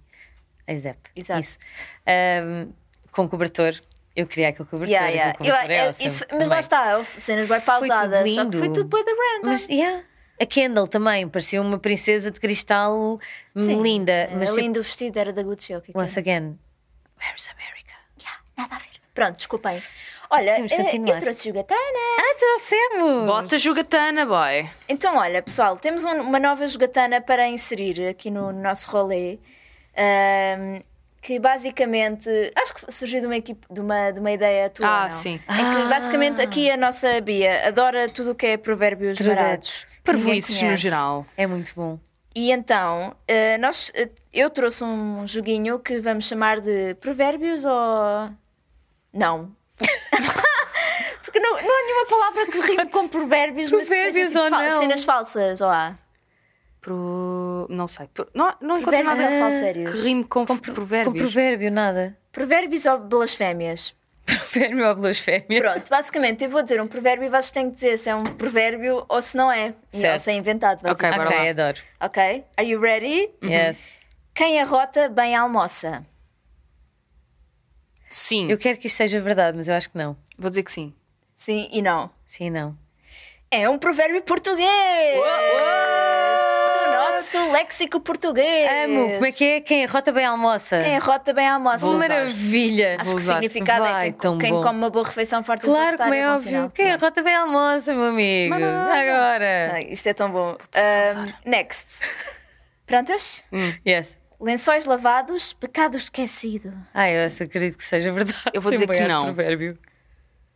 Speaker 2: ASAP.
Speaker 3: Exato.
Speaker 2: É Isso. Ahm, com cobertor. Eu queria aquele cobertor.
Speaker 3: Yeah,
Speaker 2: aquele
Speaker 3: yeah. Eu-
Speaker 2: cobertor é
Speaker 3: é-
Speaker 2: awesome
Speaker 3: isso- mas
Speaker 2: também.
Speaker 3: lá está, então. houve cenas bem
Speaker 2: tudo
Speaker 3: pausadas. só que foi
Speaker 2: lindo.
Speaker 3: tudo bem da random.
Speaker 2: Mas, yeah. A Kendall também parecia uma princesa de cristal
Speaker 3: Sim, é
Speaker 2: linda.
Speaker 3: era
Speaker 2: Mas tipo,
Speaker 3: lindo o vestido, era da Gucci. ou o que é que
Speaker 2: once
Speaker 3: era?
Speaker 2: again, where's America?
Speaker 3: Nada a ver. Pronto, desculpem. Olha,
Speaker 2: Precisamos
Speaker 3: eh, eu
Speaker 2: continuar.
Speaker 3: trouxe jogatana.
Speaker 2: Ah, trouxemos!
Speaker 1: Bota jogatana, boy.
Speaker 3: Então, olha, pessoal, temos um- uma nova jogatana para inserir aqui no nosso rolê. ahm, que basicamente, acho que surgiu de uma equipe, de uma, de uma ideia tua.
Speaker 1: Ah,
Speaker 3: não?
Speaker 1: sim.
Speaker 3: Em
Speaker 2: Ah.
Speaker 3: que basicamente aqui a nossa Bia adora tudo o que é provérbios
Speaker 2: Trudettes.
Speaker 3: baratos. que ninguém
Speaker 1: Parvoices no
Speaker 3: conhece.
Speaker 1: geral.
Speaker 2: É muito bom.
Speaker 3: E então, eh, nós, eh, eu trouxe um joguinho que vamos chamar de Provérbios ou. Não. Porque não, não há nenhuma palavra que rime com provérbios, mas que seja,
Speaker 2: Provérbios
Speaker 3: tipo,
Speaker 2: ou
Speaker 3: fal-
Speaker 2: não?
Speaker 3: cenas falsas, ou há?
Speaker 1: Pro... Não sei. Pro- Não, não encontro
Speaker 3: Provérbios
Speaker 1: nada
Speaker 3: ou
Speaker 1: que
Speaker 3: falsérios?
Speaker 1: rime com, com
Speaker 2: Com
Speaker 1: provérbios.
Speaker 2: provérbio, nada.
Speaker 3: Provérbios ou blasfémias?
Speaker 2: Provérbio ou duas fêmeas.
Speaker 3: Pronto, basicamente eu vou dizer um provérbio e vocês têm que dizer se é um provérbio ou se não é. E
Speaker 2: Certo.
Speaker 3: ou se é inventado.
Speaker 1: Ok,
Speaker 3: basicamente.
Speaker 1: bora lá.
Speaker 2: Ok, adoro.
Speaker 3: Ok? Are you ready?
Speaker 2: Yes.
Speaker 3: Quem arrota, bem almoça.
Speaker 1: Sim,
Speaker 2: Eu quero que isto seja verdade, mas eu acho que não.
Speaker 1: vou dizer que sim.
Speaker 3: Sim e não.
Speaker 2: Sim, não.
Speaker 3: É um provérbio português! Do nosso léxico português!
Speaker 2: Amo! Como é que é? Quem arrota bem almoça.
Speaker 3: Quem arrota, bem almoça.
Speaker 2: Que
Speaker 1: Vou usar.
Speaker 2: maravilha!
Speaker 3: Acho que
Speaker 1: Vou
Speaker 3: o
Speaker 1: usar.
Speaker 3: significado
Speaker 2: Vai,
Speaker 3: é que
Speaker 2: tão
Speaker 3: quem
Speaker 2: bom.
Speaker 3: come uma boa refeição forte
Speaker 2: Claro,
Speaker 3: resultar
Speaker 2: como
Speaker 3: é
Speaker 2: é
Speaker 3: bom
Speaker 2: óbvio.
Speaker 3: sinal.
Speaker 2: Quem arrota bem almoça, meu amigo. Agora.
Speaker 3: Ai, isto é tão bom.
Speaker 1: precisar
Speaker 3: Ahm,
Speaker 1: usar.
Speaker 3: next. Prontas?
Speaker 2: Yes.
Speaker 3: Lençóis lavados, pecado esquecido.
Speaker 2: Ah, eu só acredito que seja verdade.
Speaker 1: Eu vou dizer
Speaker 2: Também
Speaker 1: que
Speaker 2: acho
Speaker 1: não.
Speaker 2: Provérbio.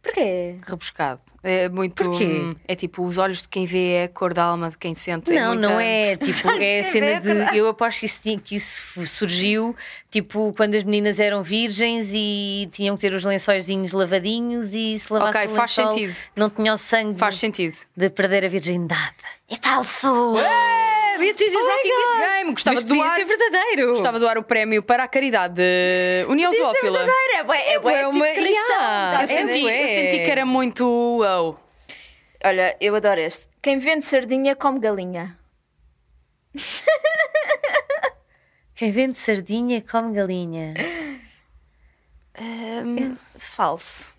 Speaker 3: Porquê?
Speaker 1: Rebuscado. É muito.
Speaker 2: Porquê?
Speaker 1: É tipo, os olhos de quem vê é a cor da alma de quem sente.
Speaker 2: Não,
Speaker 1: muita-
Speaker 2: não é. Tipo, é a
Speaker 3: tem
Speaker 2: cena
Speaker 3: a ver,
Speaker 2: de. Eu aposto que isso, tinha- que isso surgiu tipo quando as meninas eram virgens e tinham que ter os lençóiszinhos lavadinhos e se lavassem
Speaker 1: Ok,
Speaker 2: o
Speaker 1: faz
Speaker 2: lençol,
Speaker 1: sentido.
Speaker 2: Não tinham sangue
Speaker 1: Faz sentido.
Speaker 2: de perder a virgindade. É falso!
Speaker 1: É, Beatriz is rocking this game. Gostava
Speaker 2: Mas
Speaker 1: de
Speaker 2: podia
Speaker 1: doar.
Speaker 2: ser verdadeiro.
Speaker 1: Gostava de doar o prémio para a caridade de União Zoófila.
Speaker 3: Era bué, é bué
Speaker 2: é
Speaker 3: tipo
Speaker 2: uma-
Speaker 3: cristão,
Speaker 2: Yeah,
Speaker 3: tá a
Speaker 1: Eu
Speaker 3: ver?
Speaker 1: senti,
Speaker 2: é.
Speaker 1: eu senti que era muito. uau.
Speaker 3: Olha, eu adoro este. Quem vende sardinha come galinha.
Speaker 2: Quem vende sardinha come galinha.
Speaker 1: Falso.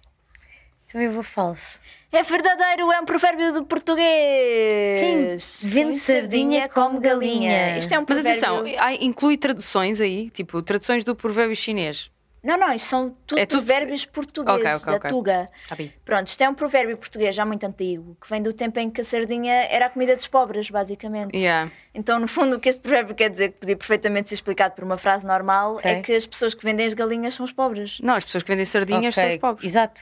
Speaker 2: Então eu vou falso.
Speaker 3: É verdadeiro, é um provérbio do português.
Speaker 2: Quem vende sardinha come galinha.
Speaker 3: Isto é um
Speaker 1: Mas
Speaker 3: provérbio.
Speaker 1: atenção, há- inclui traduções aí, tipo, traduções do provérbio chinês.
Speaker 3: Não, não, isto são tudo,
Speaker 1: É tudo-
Speaker 3: provérbios portugueses
Speaker 1: Ok, ok,
Speaker 3: da
Speaker 1: ok.
Speaker 3: Tuga.
Speaker 1: Tá bem.
Speaker 3: Pronto, isto é um provérbio português já muito antigo, que vem do tempo em que a sardinha era a comida dos pobres, basicamente.
Speaker 1: Yeah.
Speaker 3: Então, no fundo, o que este provérbio quer dizer, que podia perfeitamente ser explicado por uma frase normal,
Speaker 2: Ok.
Speaker 3: é que as pessoas que vendem as galinhas são os pobres.
Speaker 1: Não, as pessoas que vendem sardinhas
Speaker 2: Ok,
Speaker 1: são os pobres.
Speaker 2: Exato.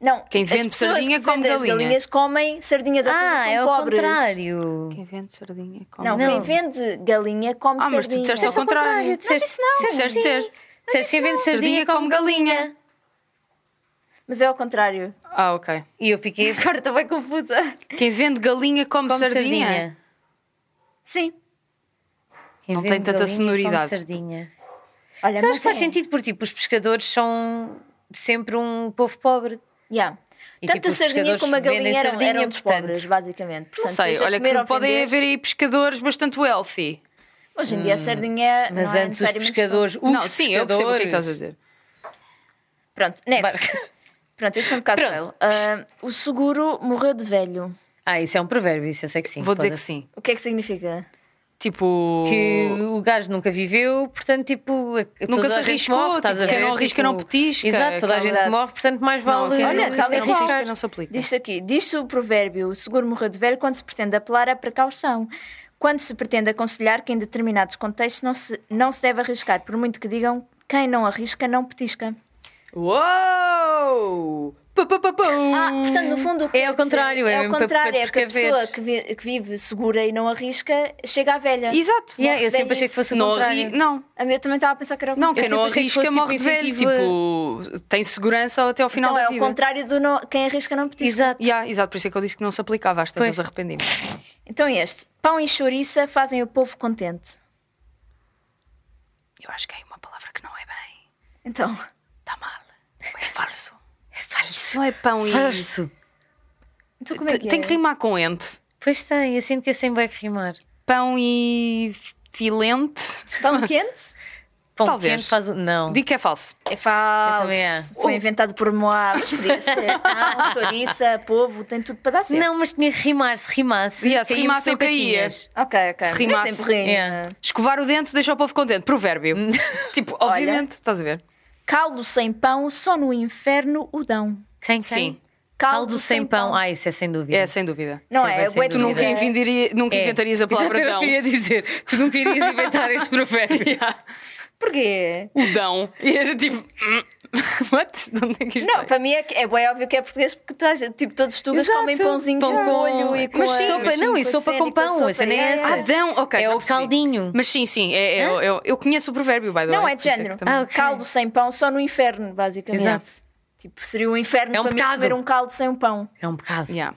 Speaker 3: Não,
Speaker 1: Quem
Speaker 3: as
Speaker 1: vende
Speaker 3: pessoas
Speaker 1: sardinha
Speaker 3: que
Speaker 1: come
Speaker 3: vendem as
Speaker 1: galinha.
Speaker 3: galinhas comem sardinhas, ou seja,
Speaker 2: Ah,
Speaker 3: são
Speaker 2: é o
Speaker 3: pobres.
Speaker 2: contrário.
Speaker 1: Quem vende sardinha come.
Speaker 3: Não,
Speaker 2: Não.
Speaker 3: quem vende galinha come
Speaker 1: Ah,
Speaker 3: sardinha.
Speaker 1: mas tu disseste ao
Speaker 2: Disseste ao
Speaker 1: contrário.
Speaker 2: é contrário.
Speaker 1: Não
Speaker 2: Disseste,
Speaker 3: não.
Speaker 1: Disseste,
Speaker 2: sim.
Speaker 1: disseste.
Speaker 2: Disseste quem vende sardinha
Speaker 1: Sardinha
Speaker 2: come
Speaker 1: come
Speaker 2: galinha.
Speaker 3: Mas é ao contrário.
Speaker 1: Ah, ok.
Speaker 2: E eu fiquei como
Speaker 3: Agora estou bem confusa.
Speaker 1: Quem vende galinha come, sardinha.
Speaker 2: sardinha.
Speaker 3: Sim.
Speaker 2: Quem
Speaker 1: Não
Speaker 2: vende
Speaker 1: tem tanta
Speaker 2: galinha come
Speaker 1: sonoridade.
Speaker 2: sardinha.
Speaker 3: Olha,
Speaker 2: Mas acho
Speaker 3: mas
Speaker 2: que faz
Speaker 3: é.
Speaker 2: sentido, porque tipo, os pescadores são sempre um povo pobre.
Speaker 3: Yeah.
Speaker 2: E,
Speaker 3: Tanto
Speaker 2: tipo,
Speaker 3: a
Speaker 2: os
Speaker 3: sardinha
Speaker 2: pescadores
Speaker 3: como a galinha
Speaker 2: vendem
Speaker 3: eram,
Speaker 2: sardinha,
Speaker 3: eram dos
Speaker 2: portanto.
Speaker 3: pobres, basicamente.
Speaker 1: Não
Speaker 3: Portanto,
Speaker 1: sei,
Speaker 3: seja
Speaker 1: olha
Speaker 3: comer
Speaker 1: que
Speaker 3: ou
Speaker 1: podem
Speaker 3: vender,
Speaker 1: haver aí pescadores bastante wealthy.
Speaker 3: Hoje em dia a sardinha
Speaker 2: Hum, Mas
Speaker 3: não é
Speaker 2: antes os
Speaker 3: necessariamente
Speaker 2: pescadores. Os
Speaker 1: não, sim, eu percebo o que é que estás a dizer.
Speaker 2: pescadores-
Speaker 3: tão- Pronto, next. Pronto, este foi um bocado
Speaker 2: Pronto.
Speaker 3: fail. Ah, o seguro morreu de velho.
Speaker 2: Ah, isso é um provérbio, isso eu sei que sim.
Speaker 1: Vou dizer que
Speaker 2: pode-
Speaker 1: sim.
Speaker 3: O que é que significa?
Speaker 1: Tipo.
Speaker 2: que o gajo nunca viveu, portanto, tipo,
Speaker 1: Nunca se arriscou,
Speaker 2: estás
Speaker 1: tipo,
Speaker 2: a
Speaker 1: quem
Speaker 2: ver,
Speaker 1: não arrisca
Speaker 2: tipo,
Speaker 1: não petisca,
Speaker 2: Exato, toda a
Speaker 1: aquela-
Speaker 2: gente
Speaker 3: Exato.
Speaker 2: morre, portanto, mais
Speaker 1: Não,
Speaker 2: vale.
Speaker 1: quem
Speaker 3: Olha,
Speaker 1: não arrisca,
Speaker 3: tal e
Speaker 1: não arrisca,
Speaker 3: qual.
Speaker 1: não se aplica.
Speaker 3: Diz-se aqui, diz-se o provérbio, o seguro morreu de velho quando se pretende apelar à precaução. Quando se pretende aconselhar que em determinados contextos não se, não se deve arriscar, por muito que digam, quem não arrisca não petisca.
Speaker 1: Uou! Pá, pá, pá, pá.
Speaker 3: Ah, portanto, no fundo o que
Speaker 2: É ao
Speaker 3: quer dizer-
Speaker 2: contrário, é
Speaker 3: é ao
Speaker 2: mesmo para-
Speaker 3: contrário,
Speaker 2: para
Speaker 3: é que a
Speaker 2: precaver.
Speaker 3: pessoa que, vi- que vive segura e não arrisca chega à velha.
Speaker 1: Exato.
Speaker 2: Yeah, eu
Speaker 3: bem
Speaker 2: sempre achei que
Speaker 3: isso.
Speaker 2: fosse o
Speaker 1: Não,
Speaker 2: contrário.
Speaker 1: arri- não,
Speaker 3: A minha- Eu também estava a pensar que era o
Speaker 1: não,
Speaker 3: contrário.
Speaker 1: quem
Speaker 2: sempre
Speaker 1: não
Speaker 2: achei que
Speaker 1: arrisca
Speaker 2: fosse,
Speaker 1: morre
Speaker 2: tipo,
Speaker 1: é velho. Tipo, tem segurança até ao final
Speaker 3: Então
Speaker 1: da
Speaker 3: é o
Speaker 1: vida.
Speaker 3: contrário do não- quem arrisca não petisca.
Speaker 2: Exato.
Speaker 1: Yeah, exato, por isso é que eu disse que não se aplicava, às
Speaker 2: Pois.
Speaker 1: tantas arrependi-me.
Speaker 3: Então este, pão e chouriça fazem o povo contente.
Speaker 1: Eu acho que é uma palavra que não é bem.
Speaker 3: Então,
Speaker 1: Está mal. É falso.
Speaker 2: É falso.
Speaker 1: Não é pão e.
Speaker 2: Falso.
Speaker 3: então como é que
Speaker 1: Tem
Speaker 3: é?
Speaker 1: que rimar com ente.
Speaker 2: Pois tem, eu sinto que é sem bem que rimar.
Speaker 1: Pão e filente.
Speaker 3: Pão quente?
Speaker 2: Pão
Speaker 1: Talvez.
Speaker 2: um pequeno faz o. Não.
Speaker 1: Digo que é falso.
Speaker 3: É
Speaker 2: Eu
Speaker 3: falso.
Speaker 2: também é.
Speaker 3: Foi inventado por Moá, mas podia ser. Não, chouriça, povo, tem tudo para dar certo.
Speaker 2: Não, mas tinha que rimar, se rimasse.
Speaker 1: Yeah, se
Speaker 2: caímos
Speaker 1: rimasse, eu caía.
Speaker 2: tocatinhas.
Speaker 3: Ok, ok.
Speaker 1: Se
Speaker 3: Não
Speaker 1: rimasse,
Speaker 3: é sempre rima.
Speaker 2: yeah.
Speaker 1: Escovar o dente deixa o povo contente. Provérbio. tipo, obviamente, estás a ver?
Speaker 3: Caldo sem pão, só no inferno o dão.
Speaker 2: Quem, quem?
Speaker 1: Sim.
Speaker 2: Caldo, sem pão. Ah, isso é sem dúvida.
Speaker 1: É, sem dúvida.
Speaker 3: Não
Speaker 2: Sim, vai
Speaker 3: é?
Speaker 2: sem dúvida.
Speaker 3: Bué
Speaker 1: Tu nunca,
Speaker 3: dúvida.
Speaker 1: inventaria- nunca
Speaker 2: É.
Speaker 1: inventarias a
Speaker 2: Exato,
Speaker 1: palavra
Speaker 2: era o
Speaker 1: dão.
Speaker 2: que eu ia dizer. Tu nunca irias inventar este provérbio.
Speaker 3: Porquê?
Speaker 1: O dão. E era tipo. hum, What? De onde é que isto
Speaker 3: Não,
Speaker 1: vem?
Speaker 3: para mim é, que- é bem óbvio que é português porque tu, achas- tipo, todos os tugas
Speaker 2: Exato.
Speaker 3: comem pãozinho
Speaker 2: Pão
Speaker 3: com,
Speaker 2: com-
Speaker 3: molho e com
Speaker 2: mas
Speaker 3: a-
Speaker 2: sopa,
Speaker 3: mas
Speaker 2: não,
Speaker 3: com
Speaker 2: e
Speaker 3: a
Speaker 2: sopa
Speaker 3: cena
Speaker 2: com
Speaker 3: e a
Speaker 2: pão, a
Speaker 3: sopa,
Speaker 2: cena é
Speaker 3: yeah,
Speaker 2: essa.
Speaker 1: Ah,
Speaker 3: yeah.
Speaker 1: dão. Ok,
Speaker 2: É
Speaker 1: já
Speaker 2: o
Speaker 1: percebi.
Speaker 2: caldinho.
Speaker 1: Mas sim, sim. É, é- eu, eu conheço o provérbio, by the
Speaker 3: Não,
Speaker 1: way,
Speaker 3: é de
Speaker 1: por isso que
Speaker 3: género.
Speaker 1: também-
Speaker 2: Ah, ok.
Speaker 3: Caldo sem pão só no inferno, basicamente.
Speaker 2: Exato.
Speaker 3: Tipo, seria um inferno
Speaker 2: É um
Speaker 3: para mim
Speaker 2: pecado.
Speaker 3: comer um caldo sem um pão.
Speaker 2: É um bocado.
Speaker 1: Yeah.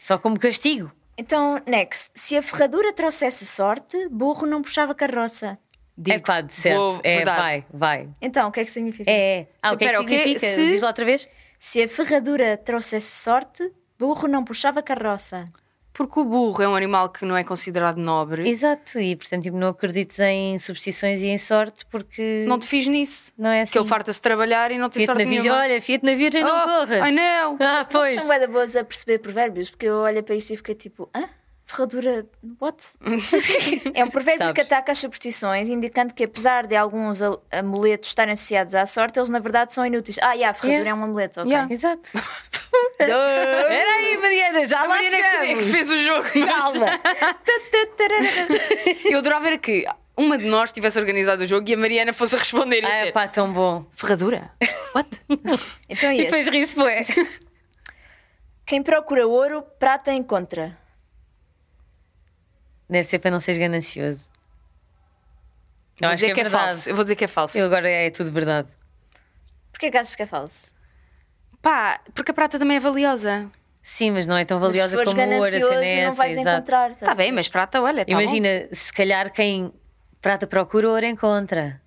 Speaker 2: Só como castigo.
Speaker 3: Então, next. Se a ferradura trouxesse sorte, burro não puxava carroça.
Speaker 1: Digo,
Speaker 2: é pá, de certo.
Speaker 1: vou- vou
Speaker 2: é,
Speaker 1: dar.
Speaker 2: vai, vai.
Speaker 3: Então, o que é que significa?
Speaker 2: É, é. Ah, o que é que
Speaker 1: Espera, o quê?
Speaker 2: significa?
Speaker 1: Se-
Speaker 2: Diz lá outra vez.
Speaker 3: Se a ferradura trouxesse sorte, burro não puxava carroça.
Speaker 1: Porque o burro é um animal que não é considerado nobre.
Speaker 2: Exato, e portanto tipo, não acredites em superstições e em sorte porque
Speaker 1: Não te fiz nisso.
Speaker 2: não é assim.
Speaker 1: Que ele farta-se de trabalhar e não tem
Speaker 2: Fiat na
Speaker 1: sorte
Speaker 2: virgem,
Speaker 1: nenhuma.
Speaker 2: olha, Fiat na virgem, não
Speaker 1: Oh,
Speaker 2: corras.
Speaker 1: Ai não!
Speaker 2: Ah,
Speaker 3: Pois.
Speaker 2: pois.
Speaker 3: Vocês são bué da boas a perceber provérbios, porque eu olho para isto e fiquei tipo, hã? Ferradura, what? é um provérbio
Speaker 2: Sabes.
Speaker 3: que ataca as superstições, indicando que apesar de alguns al- amuletos estarem associados à sorte, eles na verdade são inúteis. Ah, yeah, a
Speaker 2: Yeah.
Speaker 3: ferradura é um amuleto, ok.
Speaker 1: Yeah.
Speaker 2: Exato. Era aí, Mariana, já
Speaker 1: A
Speaker 2: lá
Speaker 1: Mariana é que, é que
Speaker 2: chegamos.
Speaker 1: fez o jogo. mas-
Speaker 3: Calma.
Speaker 1: Eu adorava era que uma de nós tivesse organizado o jogo e a Mariana fosse responder e
Speaker 2: Ah,
Speaker 1: dizer
Speaker 2: pá, tão bom.
Speaker 1: Ferradura? What?
Speaker 3: Então
Speaker 2: E
Speaker 3: e este?
Speaker 2: depois ri-se foi.
Speaker 3: Quem procura ouro, prata encontra.
Speaker 2: Deve ser para não seres ganancioso.
Speaker 1: Vou
Speaker 2: Eu acho que
Speaker 1: dizer
Speaker 2: é,
Speaker 1: que é
Speaker 2: verdade.
Speaker 1: falso. Eu vou dizer que é falso.
Speaker 2: Eu agora é tudo verdade.
Speaker 3: Porquê que achas que é falso?
Speaker 1: Pá, porque a prata também é valiosa.
Speaker 2: Sim, mas não é tão
Speaker 3: Mas se
Speaker 2: valiosa
Speaker 3: fores
Speaker 2: como o ouro, a
Speaker 3: ganancioso,
Speaker 2: cena é
Speaker 3: não
Speaker 2: essa,
Speaker 3: vais
Speaker 2: exato.
Speaker 3: encontrar. estás
Speaker 1: Está
Speaker 3: a
Speaker 1: Tá bem,
Speaker 3: ver?
Speaker 1: mas prata, olha, tá bom.
Speaker 2: Tá Imagina, se calhar quem prata procura, ouro encontra.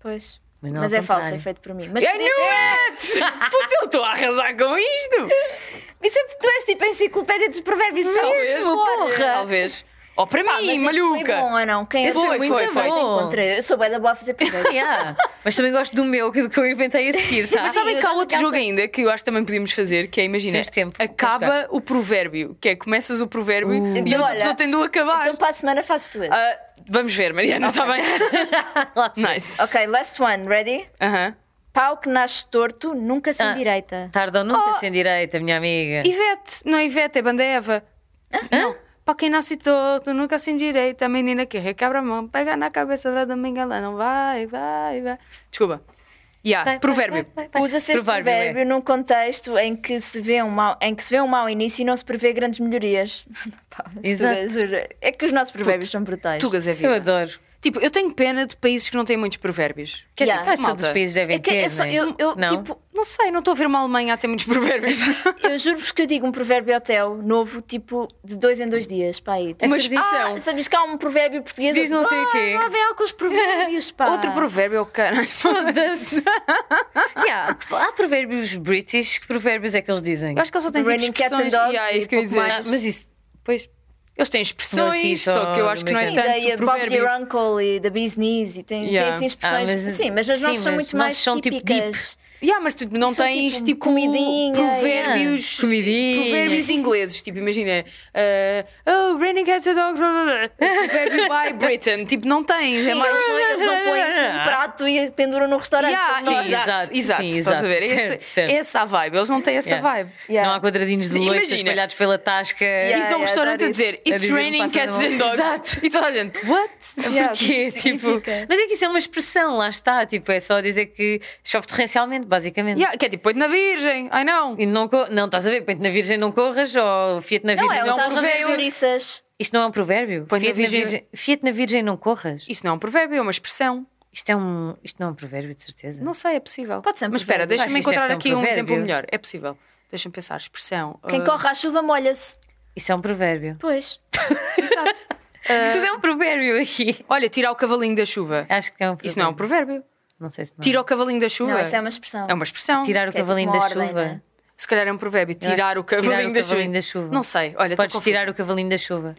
Speaker 3: Pois.
Speaker 2: Mas
Speaker 3: Mas,
Speaker 2: não ao
Speaker 3: é falso,
Speaker 2: contrário.
Speaker 3: foi feito por mim. Mas é
Speaker 1: I
Speaker 3: podia ser-
Speaker 1: knew it! É Puta, eu estou a arrasar com isto!
Speaker 3: Isso é porque tu és tipo a enciclopédia dos provérbios.
Speaker 1: Talvez.
Speaker 3: sabes? Bora.
Speaker 1: Talvez. Ó, para
Speaker 3: Pá,
Speaker 1: mim,
Speaker 3: Ah, mas este Foi
Speaker 1: maluca!
Speaker 3: bom ou não? Quem
Speaker 1: Este foi
Speaker 3: achou
Speaker 1: muito
Speaker 3: que
Speaker 1: bom.
Speaker 3: eu encontrei? Eu sou bem da boa a fazer provérbios.
Speaker 2: Yeah. Mas também gosto do meu, que que eu inventei a seguir, tá?
Speaker 1: Mas sabem
Speaker 3: eu
Speaker 1: que há
Speaker 3: tava
Speaker 1: outro
Speaker 3: cá
Speaker 1: jogo
Speaker 3: com-
Speaker 1: ainda que eu acho que também podíamos fazer, que é, imagina,
Speaker 2: Temos Uh. tempo para
Speaker 1: acaba o provérbio, que é começas o provérbio e a
Speaker 3: Então,
Speaker 1: outra
Speaker 3: olha,
Speaker 1: pessoa tem de o acabar.
Speaker 3: Então para a semana fazes tu esse.
Speaker 1: Ah, vamos ver, Mariana, está bem? nice.
Speaker 3: Ok, last one, ready?
Speaker 1: Aham.
Speaker 3: Pau que nasce torto, nunca se
Speaker 2: Ah.
Speaker 3: endireita.
Speaker 2: Tarda ou
Speaker 3: Oh.
Speaker 2: nunca sem direita, minha amiga.
Speaker 1: Ivete, não é Ivete, é Banda Eva. Não. Para quem nasce torto, nunca se endireita. A menina que recabra a mão, pega na cabeça da dominga, ela não vai, vai, vai. Desculpa. Yeah,
Speaker 2: Vai, vai,
Speaker 1: provérbio.
Speaker 2: vai, vai.
Speaker 3: Usa-se este
Speaker 2: Provérbio, é.
Speaker 3: provérbio num contexto em que, se vê um mau, em que se vê um mau início e não se prevê grandes melhorias. Pá, isto
Speaker 2: Exato.
Speaker 3: é- juro. É que os nossos provérbios são brutais.
Speaker 1: Tugas é
Speaker 2: Eu
Speaker 1: vida.
Speaker 2: adoro.
Speaker 1: Tipo, eu tenho pena de países que não têm muitos provérbios. Que é
Speaker 3: Yeah.
Speaker 1: tipo,
Speaker 2: Mas
Speaker 1: malta,
Speaker 2: todos os países devem
Speaker 3: É que
Speaker 2: ter,
Speaker 3: é só,
Speaker 2: não é?
Speaker 3: eu, eu,
Speaker 2: Não?
Speaker 3: tipo,
Speaker 1: Não sei, não estou a ver uma Alemanha a ter muitos provérbios.
Speaker 3: eu juro-vos que eu digo um provérbio hotel novo, tipo, de dois em dois dias, pá, aí.
Speaker 1: Uma
Speaker 2: tradição.
Speaker 1: expressão.
Speaker 3: Ah, sabes que há um provérbio português?
Speaker 2: Diz não sei o
Speaker 3: Ah,
Speaker 2: quê.
Speaker 3: Lá vem alguns provérbios, pá.
Speaker 1: Outro provérbio é o caralho.
Speaker 2: Foda-se. Yeah, Há provérbios british, que provérbios é que eles dizem?
Speaker 1: Eu acho que eles só têm tipo
Speaker 3: Running cats and
Speaker 1: expressões.
Speaker 3: dogs
Speaker 1: Yeah, é
Speaker 3: e
Speaker 1: isso que eu ia
Speaker 3: pouco
Speaker 1: dizer.
Speaker 2: Ah,
Speaker 3: mais.
Speaker 2: mas isso, pois,
Speaker 1: Eles têm
Speaker 2: Não,
Speaker 1: expressões,
Speaker 2: assim,
Speaker 1: só,
Speaker 2: só
Speaker 1: que eu acho que não é
Speaker 2: Sim,
Speaker 1: tanto
Speaker 3: daí a Bob's
Speaker 1: provérbios.
Speaker 3: Your Uncle e da Bee's Knees e tem,
Speaker 1: Yeah.
Speaker 3: tem assim expressões.
Speaker 2: Ah, mas-
Speaker 3: sim, mas os
Speaker 2: sim,
Speaker 3: nossos são
Speaker 2: mas
Speaker 3: muito
Speaker 2: nós
Speaker 3: mais
Speaker 2: são tipo
Speaker 3: típicas.
Speaker 1: Yeah, mas tu não
Speaker 3: São
Speaker 1: tens
Speaker 3: tipo
Speaker 1: tipo
Speaker 3: comidinha,
Speaker 1: provérbios,
Speaker 2: yeah. Comidinha.
Speaker 1: provérbios ingleses, tipo imagina eh, Oh, raining cats and dogs, blá, blá, blá. provérbio by Britain, tipo não tens, é
Speaker 3: Sim,
Speaker 1: mais
Speaker 3: eles, não, eles não põem assim um prato e penduram no restaurante.
Speaker 1: Yeah,
Speaker 3: como nós.
Speaker 2: sim,
Speaker 1: exato,
Speaker 2: exato,
Speaker 1: exato,
Speaker 2: sim,
Speaker 1: estás a
Speaker 2: exato.
Speaker 1: ver? Esse-
Speaker 2: Certo, certo.
Speaker 1: Essa a vibe, eles não têm essa
Speaker 2: Yeah. é
Speaker 1: vibe.
Speaker 3: Yeah.
Speaker 2: não há quadradinhos de loiça
Speaker 1: Imagina.
Speaker 2: espalhados pela tasca.
Speaker 1: E
Speaker 3: Yeah.
Speaker 1: são um restaurante
Speaker 3: adoro
Speaker 1: a dizer
Speaker 2: isso. A
Speaker 1: It's
Speaker 2: dizer,
Speaker 1: raining
Speaker 2: passa
Speaker 1: cats
Speaker 2: na
Speaker 1: and
Speaker 2: mão.
Speaker 1: dogs.
Speaker 2: Exato.
Speaker 1: E toda a gente, what?
Speaker 2: Porquê?
Speaker 3: Yeah, o que
Speaker 2: Tipo,
Speaker 3: significa?
Speaker 2: mas é que isso é uma expressão, lá está. Tipo, é só dizer que chove torrencialmente, basicamente.
Speaker 1: Yeah, que é tipo, põe na virgem, ai não.
Speaker 2: E não, co- não, estás a ver? Põe-te na virgem, não corras, ou fiat na
Speaker 3: Não,
Speaker 2: virgem.
Speaker 3: é um
Speaker 1: não
Speaker 3: tacho de
Speaker 1: provérbio.
Speaker 3: chouriças.
Speaker 2: Isto não é um provérbio?
Speaker 1: Põe na
Speaker 2: Fiat
Speaker 1: virgem-
Speaker 2: Fiat na virgem, não corras.
Speaker 1: Isso não é um provérbio, é uma expressão.
Speaker 2: Isto, é um, isto não é um provérbio, de certeza.
Speaker 1: Não sei, é possível.
Speaker 3: Pode ser um
Speaker 1: Mas espera,
Speaker 3: provérbio.
Speaker 1: deixa-me
Speaker 2: Acho que isto
Speaker 1: encontrar
Speaker 2: deve ser um
Speaker 1: aqui um exemplo
Speaker 2: provérbio.
Speaker 1: melhor. É possível. Deixa-me pensar, expressão.
Speaker 3: Quem
Speaker 1: ah,
Speaker 3: corre à chuva molha-se.
Speaker 2: Isso é um provérbio.
Speaker 3: Pois.
Speaker 1: Exato. Ah.
Speaker 2: Tudo é um provérbio aqui.
Speaker 1: uh, Olha, tirar o cavalinho da chuva.
Speaker 2: Acho que é um provérbio.
Speaker 1: Isso não é um provérbio.
Speaker 2: Não sei se não.
Speaker 1: Tirar o cavalinho da chuva.
Speaker 3: Não, essa é uma expressão.
Speaker 1: É uma expressão.
Speaker 2: Tirar o
Speaker 3: Que é tipo
Speaker 2: cavalinho
Speaker 3: uma
Speaker 2: da
Speaker 3: ordem,
Speaker 2: chuva.
Speaker 3: né?
Speaker 1: Se calhar é um provérbio.
Speaker 2: Eu acho
Speaker 1: Tirar o
Speaker 2: que tirar
Speaker 1: cavalinho,
Speaker 2: o
Speaker 1: da,
Speaker 2: cavalinho
Speaker 1: chuva.
Speaker 2: da chuva.
Speaker 1: Não sei. Olha,
Speaker 2: Podes tirar o cavalinho da chuva.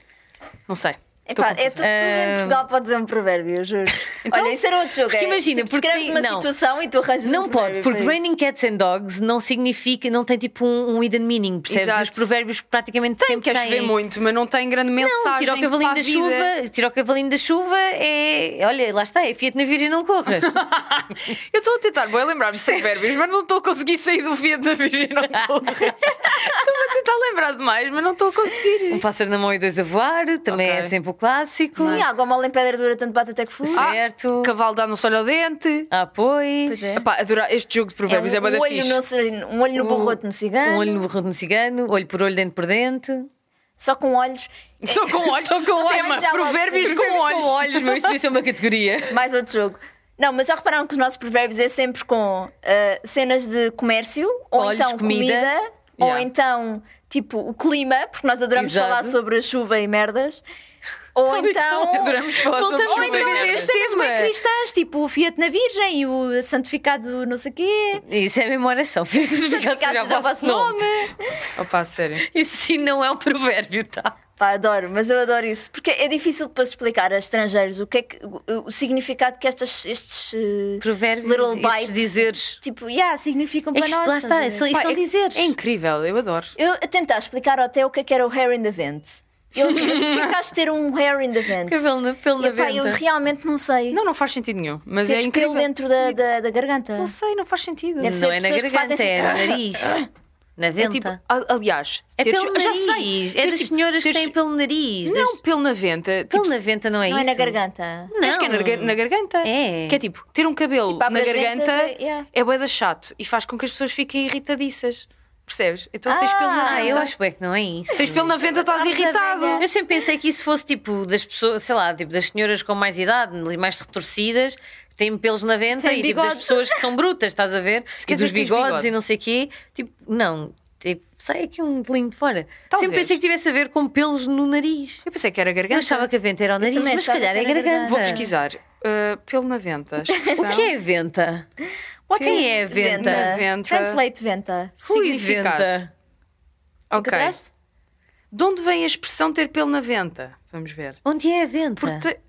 Speaker 1: Não sei.
Speaker 3: Epá, é tudo, tudo em
Speaker 2: Ah, Então,
Speaker 3: Portugal pode dizer um provérbio, eu juro. Olha, isso era outro jogo.
Speaker 2: porque
Speaker 3: é,
Speaker 2: imagina,
Speaker 3: tipo,
Speaker 2: porque
Speaker 3: escreves uma
Speaker 2: não.
Speaker 3: situação e tu arranjas
Speaker 2: Não é
Speaker 3: um
Speaker 2: pode,
Speaker 3: provérbio
Speaker 2: porque
Speaker 3: para isso.
Speaker 2: raining cats and dogs não significa, não tem tipo um, um hidden meaning, percebes?
Speaker 1: Exato.
Speaker 2: Os provérbios praticamente
Speaker 1: Tem
Speaker 2: sempre
Speaker 1: que
Speaker 2: têm.
Speaker 1: chover muito, mas não tem grande mensagem.
Speaker 2: Não, tira o cavalinho
Speaker 1: para
Speaker 2: da
Speaker 1: a vida.
Speaker 2: chuva, tira o cavalinho da chuva é, olha, lá está, é Fiat na virgem não corras.
Speaker 1: Eu estou a tentar, vou lembrar-me de provérbios, mas não estou a conseguir sair do Fiat da Virgem não corras. Estou-me a tentar lembrar demais, mas não estou a
Speaker 2: um
Speaker 1: conseguir.
Speaker 2: pássaro na mão e dois a voar, também
Speaker 1: Ok.
Speaker 2: é sempre o clássico.
Speaker 3: Sim, água mole em pedra dura, tanto bate até que fura.
Speaker 1: Ah,
Speaker 2: Certo.
Speaker 1: Cavalo dá no olho ao dente.
Speaker 2: Ah, pois.
Speaker 3: Pois é.
Speaker 1: Epá, adora- este jogo de provérbios é,
Speaker 3: um,
Speaker 1: bué da
Speaker 3: olho
Speaker 1: fixe.
Speaker 3: no, ci- um olho no borroto no cigano,
Speaker 2: Um olho no burro no cigano, olho por olho, dente por dente.
Speaker 3: só com olhos.
Speaker 1: Só com olhos. Só com
Speaker 3: olhos.
Speaker 1: Tema,
Speaker 3: Já logo
Speaker 1: provérbios
Speaker 3: sei.
Speaker 1: com olhos.
Speaker 2: Com olhos, meu, isso devia ser uma categoria.
Speaker 3: Mais outro jogo. Não, mas já repararam que os nossos provérbios é sempre com ah, cenas de comércio, ou
Speaker 2: Olhos,
Speaker 3: então comida,
Speaker 2: comida.
Speaker 3: ou
Speaker 1: Yeah.
Speaker 3: então tipo o clima, porque nós adoramos
Speaker 2: Exato.
Speaker 3: falar sobre a chuva e merdas. Ou então.
Speaker 1: Adoramos falar sobre
Speaker 3: Ou
Speaker 1: chuva
Speaker 3: então
Speaker 1: e
Speaker 3: as
Speaker 1: merdas.
Speaker 2: é
Speaker 3: cenas bem
Speaker 1: Tema.
Speaker 3: cristãs, tipo o Fiat na Virgem e o santificado não sei quê.
Speaker 2: Isso é mesmo oração. Santificado
Speaker 3: Santificado seja o vosso nome.
Speaker 1: Opa, sério.
Speaker 2: Isso sim não é um provérbio, tá?
Speaker 3: Pá, adoro, mas eu adoro isso. Porque é difícil depois explicar a estrangeiros o, que é que, o, o significado que estas, estes. eh,
Speaker 2: Provérbios,
Speaker 3: Little
Speaker 2: estes
Speaker 3: bites.
Speaker 2: dizeres.
Speaker 3: tipo, yeah, significam
Speaker 2: É
Speaker 3: para
Speaker 2: que isto
Speaker 3: nós.
Speaker 2: lá
Speaker 3: estás a
Speaker 2: está,
Speaker 3: ver?
Speaker 2: são,
Speaker 1: Pá,
Speaker 2: isto são
Speaker 1: é-
Speaker 2: dizeres.
Speaker 1: É incrível, eu adoro.
Speaker 3: Eu a tentar explicar ao Theo o que é que era o hair in the vent. E Ele disse, mas porquê que has de ter um hair in the vent?
Speaker 2: Cabelo na, pelo na
Speaker 3: E, epá, eu
Speaker 2: venda.
Speaker 3: realmente não sei.
Speaker 1: Não, não faz sentido nenhum. Mas é
Speaker 3: Teres pelo
Speaker 1: incrível.
Speaker 3: dentro da, da, da garganta.
Speaker 1: Não sei, não faz sentido.
Speaker 3: Deve ser
Speaker 2: Não é na
Speaker 3: pessoas que
Speaker 2: garganta,
Speaker 3: fazem
Speaker 2: é no
Speaker 3: assim.
Speaker 2: nariz. Na
Speaker 1: É
Speaker 2: venta.
Speaker 1: tipo, a- aliás,
Speaker 2: É
Speaker 1: teres-
Speaker 2: pelo
Speaker 1: eu
Speaker 2: nariz.
Speaker 1: já sei.
Speaker 2: É
Speaker 1: teres,
Speaker 2: das
Speaker 1: tipo,
Speaker 2: senhoras que
Speaker 1: teres-
Speaker 2: têm pelo nariz. das-
Speaker 1: Não, pelo na venta.
Speaker 2: Pelo
Speaker 1: tipo,
Speaker 2: na venta não é
Speaker 3: Não
Speaker 2: isso.
Speaker 3: é na garganta.
Speaker 2: Não.
Speaker 1: Acho que é na, garga- na garganta.
Speaker 2: É.
Speaker 1: Que é tipo, ter um cabelo
Speaker 3: Tipo, abre
Speaker 1: na
Speaker 3: as
Speaker 1: garganta
Speaker 3: ventas, é- yeah.
Speaker 1: é bué da chato e faz com que as pessoas fiquem irritadiças. Percebes? Então tens
Speaker 3: Ah,
Speaker 1: pelo na
Speaker 2: Ah,
Speaker 1: venta.
Speaker 2: eu acho bem que não é isso.
Speaker 1: Tens pelo na venta, estás
Speaker 3: Abre a
Speaker 1: irritado.
Speaker 3: venda.
Speaker 2: Eu sempre pensei que isso fosse tipo das pessoas, sei lá, tipo das senhoras com mais idade, ali mais retorcidas, que têm pelos na venta
Speaker 3: Têm
Speaker 2: e tipo das
Speaker 3: bigode.
Speaker 2: pessoas que são brutas, estás a ver?
Speaker 1: Isso quer
Speaker 2: E
Speaker 1: dizer
Speaker 2: dos
Speaker 1: que tens
Speaker 2: bigodes
Speaker 1: bigode.
Speaker 2: e não sei o quê. Tipo, não, tipo, sai aqui um delinho de fora.
Speaker 1: Talvez.
Speaker 2: Sempre pensei que tivesse a ver com pelos no nariz.
Speaker 1: Eu pensei que era garganta.
Speaker 2: Eu achava que a venta era o nariz,
Speaker 3: também
Speaker 2: mas se
Speaker 3: achava
Speaker 2: calhar
Speaker 3: que
Speaker 2: é
Speaker 3: era
Speaker 2: garganta.
Speaker 1: Vou pesquisar. Uh, pelo na venta.
Speaker 2: O
Speaker 1: Então.
Speaker 2: que é venta?
Speaker 3: What
Speaker 2: Quem
Speaker 3: is
Speaker 2: é venta?
Speaker 1: Venta.
Speaker 3: Translate venta.
Speaker 2: Who is
Speaker 1: Significado.
Speaker 2: venta?
Speaker 1: Ok.
Speaker 3: Encontraste?
Speaker 1: De onde vem a expressão ter pelo na venta? Vamos ver.
Speaker 2: Onde é a venta?
Speaker 1: Por te-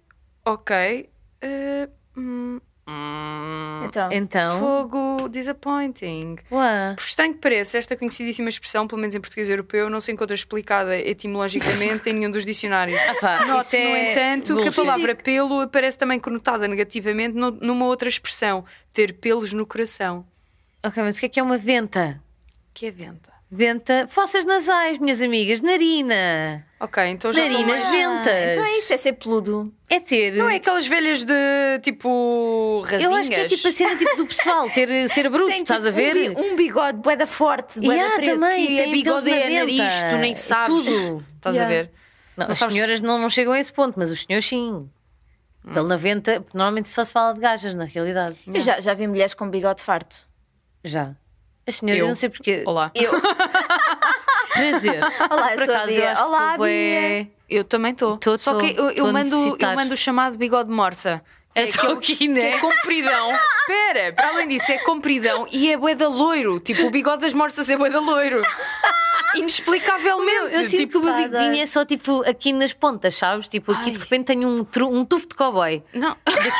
Speaker 1: Ok. Uh, hum, hum.
Speaker 3: Então.
Speaker 2: Então,
Speaker 1: Fogo disappointing.
Speaker 2: uá.
Speaker 1: Por estranho que pareça, esta conhecidíssima expressão, pelo menos em português europeu, não se encontra explicada etimologicamente em nenhum dos dicionários.
Speaker 2: Ah pá,
Speaker 1: Note,
Speaker 2: isso
Speaker 1: no
Speaker 2: é
Speaker 1: entanto, que a
Speaker 2: bullshit.
Speaker 1: palavra pelo aparece também conotada negativamente no- numa outra expressão, ter pelos no coração,
Speaker 2: Ok, mas o que é que é uma venta?
Speaker 1: que é venta.
Speaker 2: Venta, fossas nasais, minhas amigas, narina.
Speaker 1: Ok, então já estou
Speaker 2: Narinas.
Speaker 1: mais-
Speaker 3: Ah,
Speaker 2: ventas.
Speaker 3: Então é isso, é ser peludo.
Speaker 2: É ter.
Speaker 1: Não é aquelas velhas de tipo rasinhas.
Speaker 2: Eu acho que é tipo a cena tipo do pessoal, ter, ser bruto,
Speaker 3: Tem,
Speaker 2: estás a
Speaker 3: tipo, um
Speaker 2: ver?
Speaker 3: bi- Um bigode, boeda forte, boeda
Speaker 2: Yeah,
Speaker 3: preto.
Speaker 2: também,
Speaker 1: que é
Speaker 2: tem
Speaker 1: bigode
Speaker 2: pelos na
Speaker 1: é nariz,
Speaker 2: venta.
Speaker 1: tu nem sabes.
Speaker 2: Tudo.
Speaker 1: Estás a
Speaker 3: Yeah.
Speaker 1: ver?
Speaker 2: Não,
Speaker 1: Não
Speaker 2: as
Speaker 1: sabes- Hum.
Speaker 2: senhoras não, não chegam a esse ponto, mas os senhores sim. Pelo na venta, porque normalmente só se fala de gajas, na realidade.
Speaker 3: Eu já, já vi mulheres com um bigode farto.
Speaker 2: Já. As senhoras,
Speaker 1: Eu.
Speaker 2: eu não sei porque.
Speaker 1: Olá.
Speaker 3: Eu,
Speaker 2: Prazer.
Speaker 3: Olá, eu
Speaker 2: Por
Speaker 3: sou a
Speaker 2: acaso, eu
Speaker 3: Bia.
Speaker 2: acho que
Speaker 3: Olá,
Speaker 2: tu, bué-
Speaker 1: Eu também estou.
Speaker 2: Tô,
Speaker 1: Só
Speaker 2: tô.
Speaker 1: que eu, eu
Speaker 2: Tô a
Speaker 1: mando, eu
Speaker 2: necessitar.
Speaker 1: mando o chamado bigode morsa.
Speaker 2: É só o que,
Speaker 1: Que é
Speaker 2: né?
Speaker 1: compridão. Pera, para além disso, é compridão e é boeda loiro. Tipo, o bigode das morsas é boeda loiro. Inexplicavelmente.
Speaker 2: Eu sinto
Speaker 1: tipo,
Speaker 2: que o meu
Speaker 3: Pada.
Speaker 2: bigodinho é só tipo aqui nas pontas, sabes? Tipo, aqui de
Speaker 1: Ai.
Speaker 2: repente tenho um, tru- um tufo de cowboy.
Speaker 1: Não,
Speaker 2: Daquele.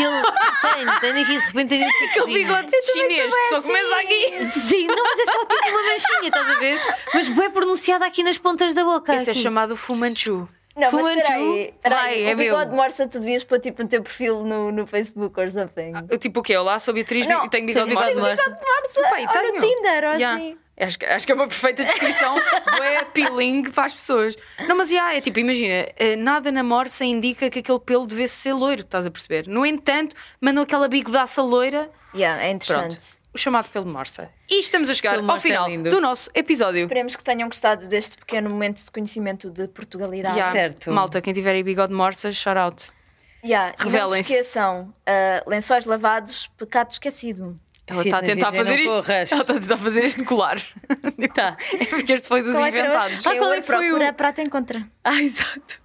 Speaker 2: tenho, tenho aqui de repente tenho um
Speaker 1: aquele
Speaker 2: tufozinho.
Speaker 1: bigode chinês que só começa
Speaker 2: assim.
Speaker 3: assim.
Speaker 1: aqui.
Speaker 2: Sim, não, mas é só tipo uma manchinha, estás a ver? Mas bem pronunciada aqui nas pontas da boca.
Speaker 1: Esse é
Speaker 2: Tá aqui.
Speaker 1: chamado Fumanchu.
Speaker 3: Não,
Speaker 2: Fu
Speaker 3: mas
Speaker 2: Manchu,
Speaker 3: espera aí, espera
Speaker 2: vai,
Speaker 3: aí.
Speaker 2: é
Speaker 3: o bigode
Speaker 2: meu.
Speaker 3: morsa tu devias pôr tipo no teu perfil no, no Facebook or something.
Speaker 2: Ah,
Speaker 1: Eu, tipo o quê? Olá, sou Beatriz
Speaker 3: Não,
Speaker 1: e tenho bigode
Speaker 2: tenho bigode
Speaker 1: morsa.
Speaker 2: morsa.
Speaker 3: Morsa,
Speaker 1: Pá, e
Speaker 3: ou no
Speaker 1: tenho.
Speaker 3: Tinder, ou
Speaker 1: Yeah.
Speaker 3: assim.
Speaker 1: Acho que, acho que é uma perfeita descrição é appealing para as pessoas. Não, mas yeah, é tipo, imagina, eh, nada na morsa indica que aquele pelo devesse ser loiro, estás a perceber? No entanto, mandam aquela bigodaça loira,
Speaker 3: Yeah, é interessante.
Speaker 1: o chamado pelo morsa. E estamos a chegar
Speaker 2: Pelo
Speaker 1: ao
Speaker 2: morsa é
Speaker 1: final
Speaker 2: lindo.
Speaker 1: do nosso episódio.
Speaker 3: Esperemos que tenham gostado deste pequeno momento de conhecimento de Portugalidade.
Speaker 1: Yeah.
Speaker 2: Certo.
Speaker 1: Malta, quem tiver aí bigode morsa, shout out.
Speaker 3: Yeah, e não se
Speaker 1: Revelem-se.
Speaker 3: esqueçam, uh, lençóis lavados, pecado esquecido.
Speaker 1: Ela está
Speaker 2: Fitna
Speaker 1: a tentar
Speaker 2: Virgem,
Speaker 1: fazer
Speaker 2: não
Speaker 1: isto.
Speaker 2: corras.
Speaker 1: Ela tá está a tentar fazer este colar.
Speaker 2: Tá.
Speaker 1: É porque este foi dos
Speaker 3: Qual é que era o-
Speaker 1: inventados.
Speaker 3: Quem
Speaker 2: Ah, qual é
Speaker 3: ouro
Speaker 2: que foi o-
Speaker 3: procura, a prata encontra.
Speaker 2: Ah, exato.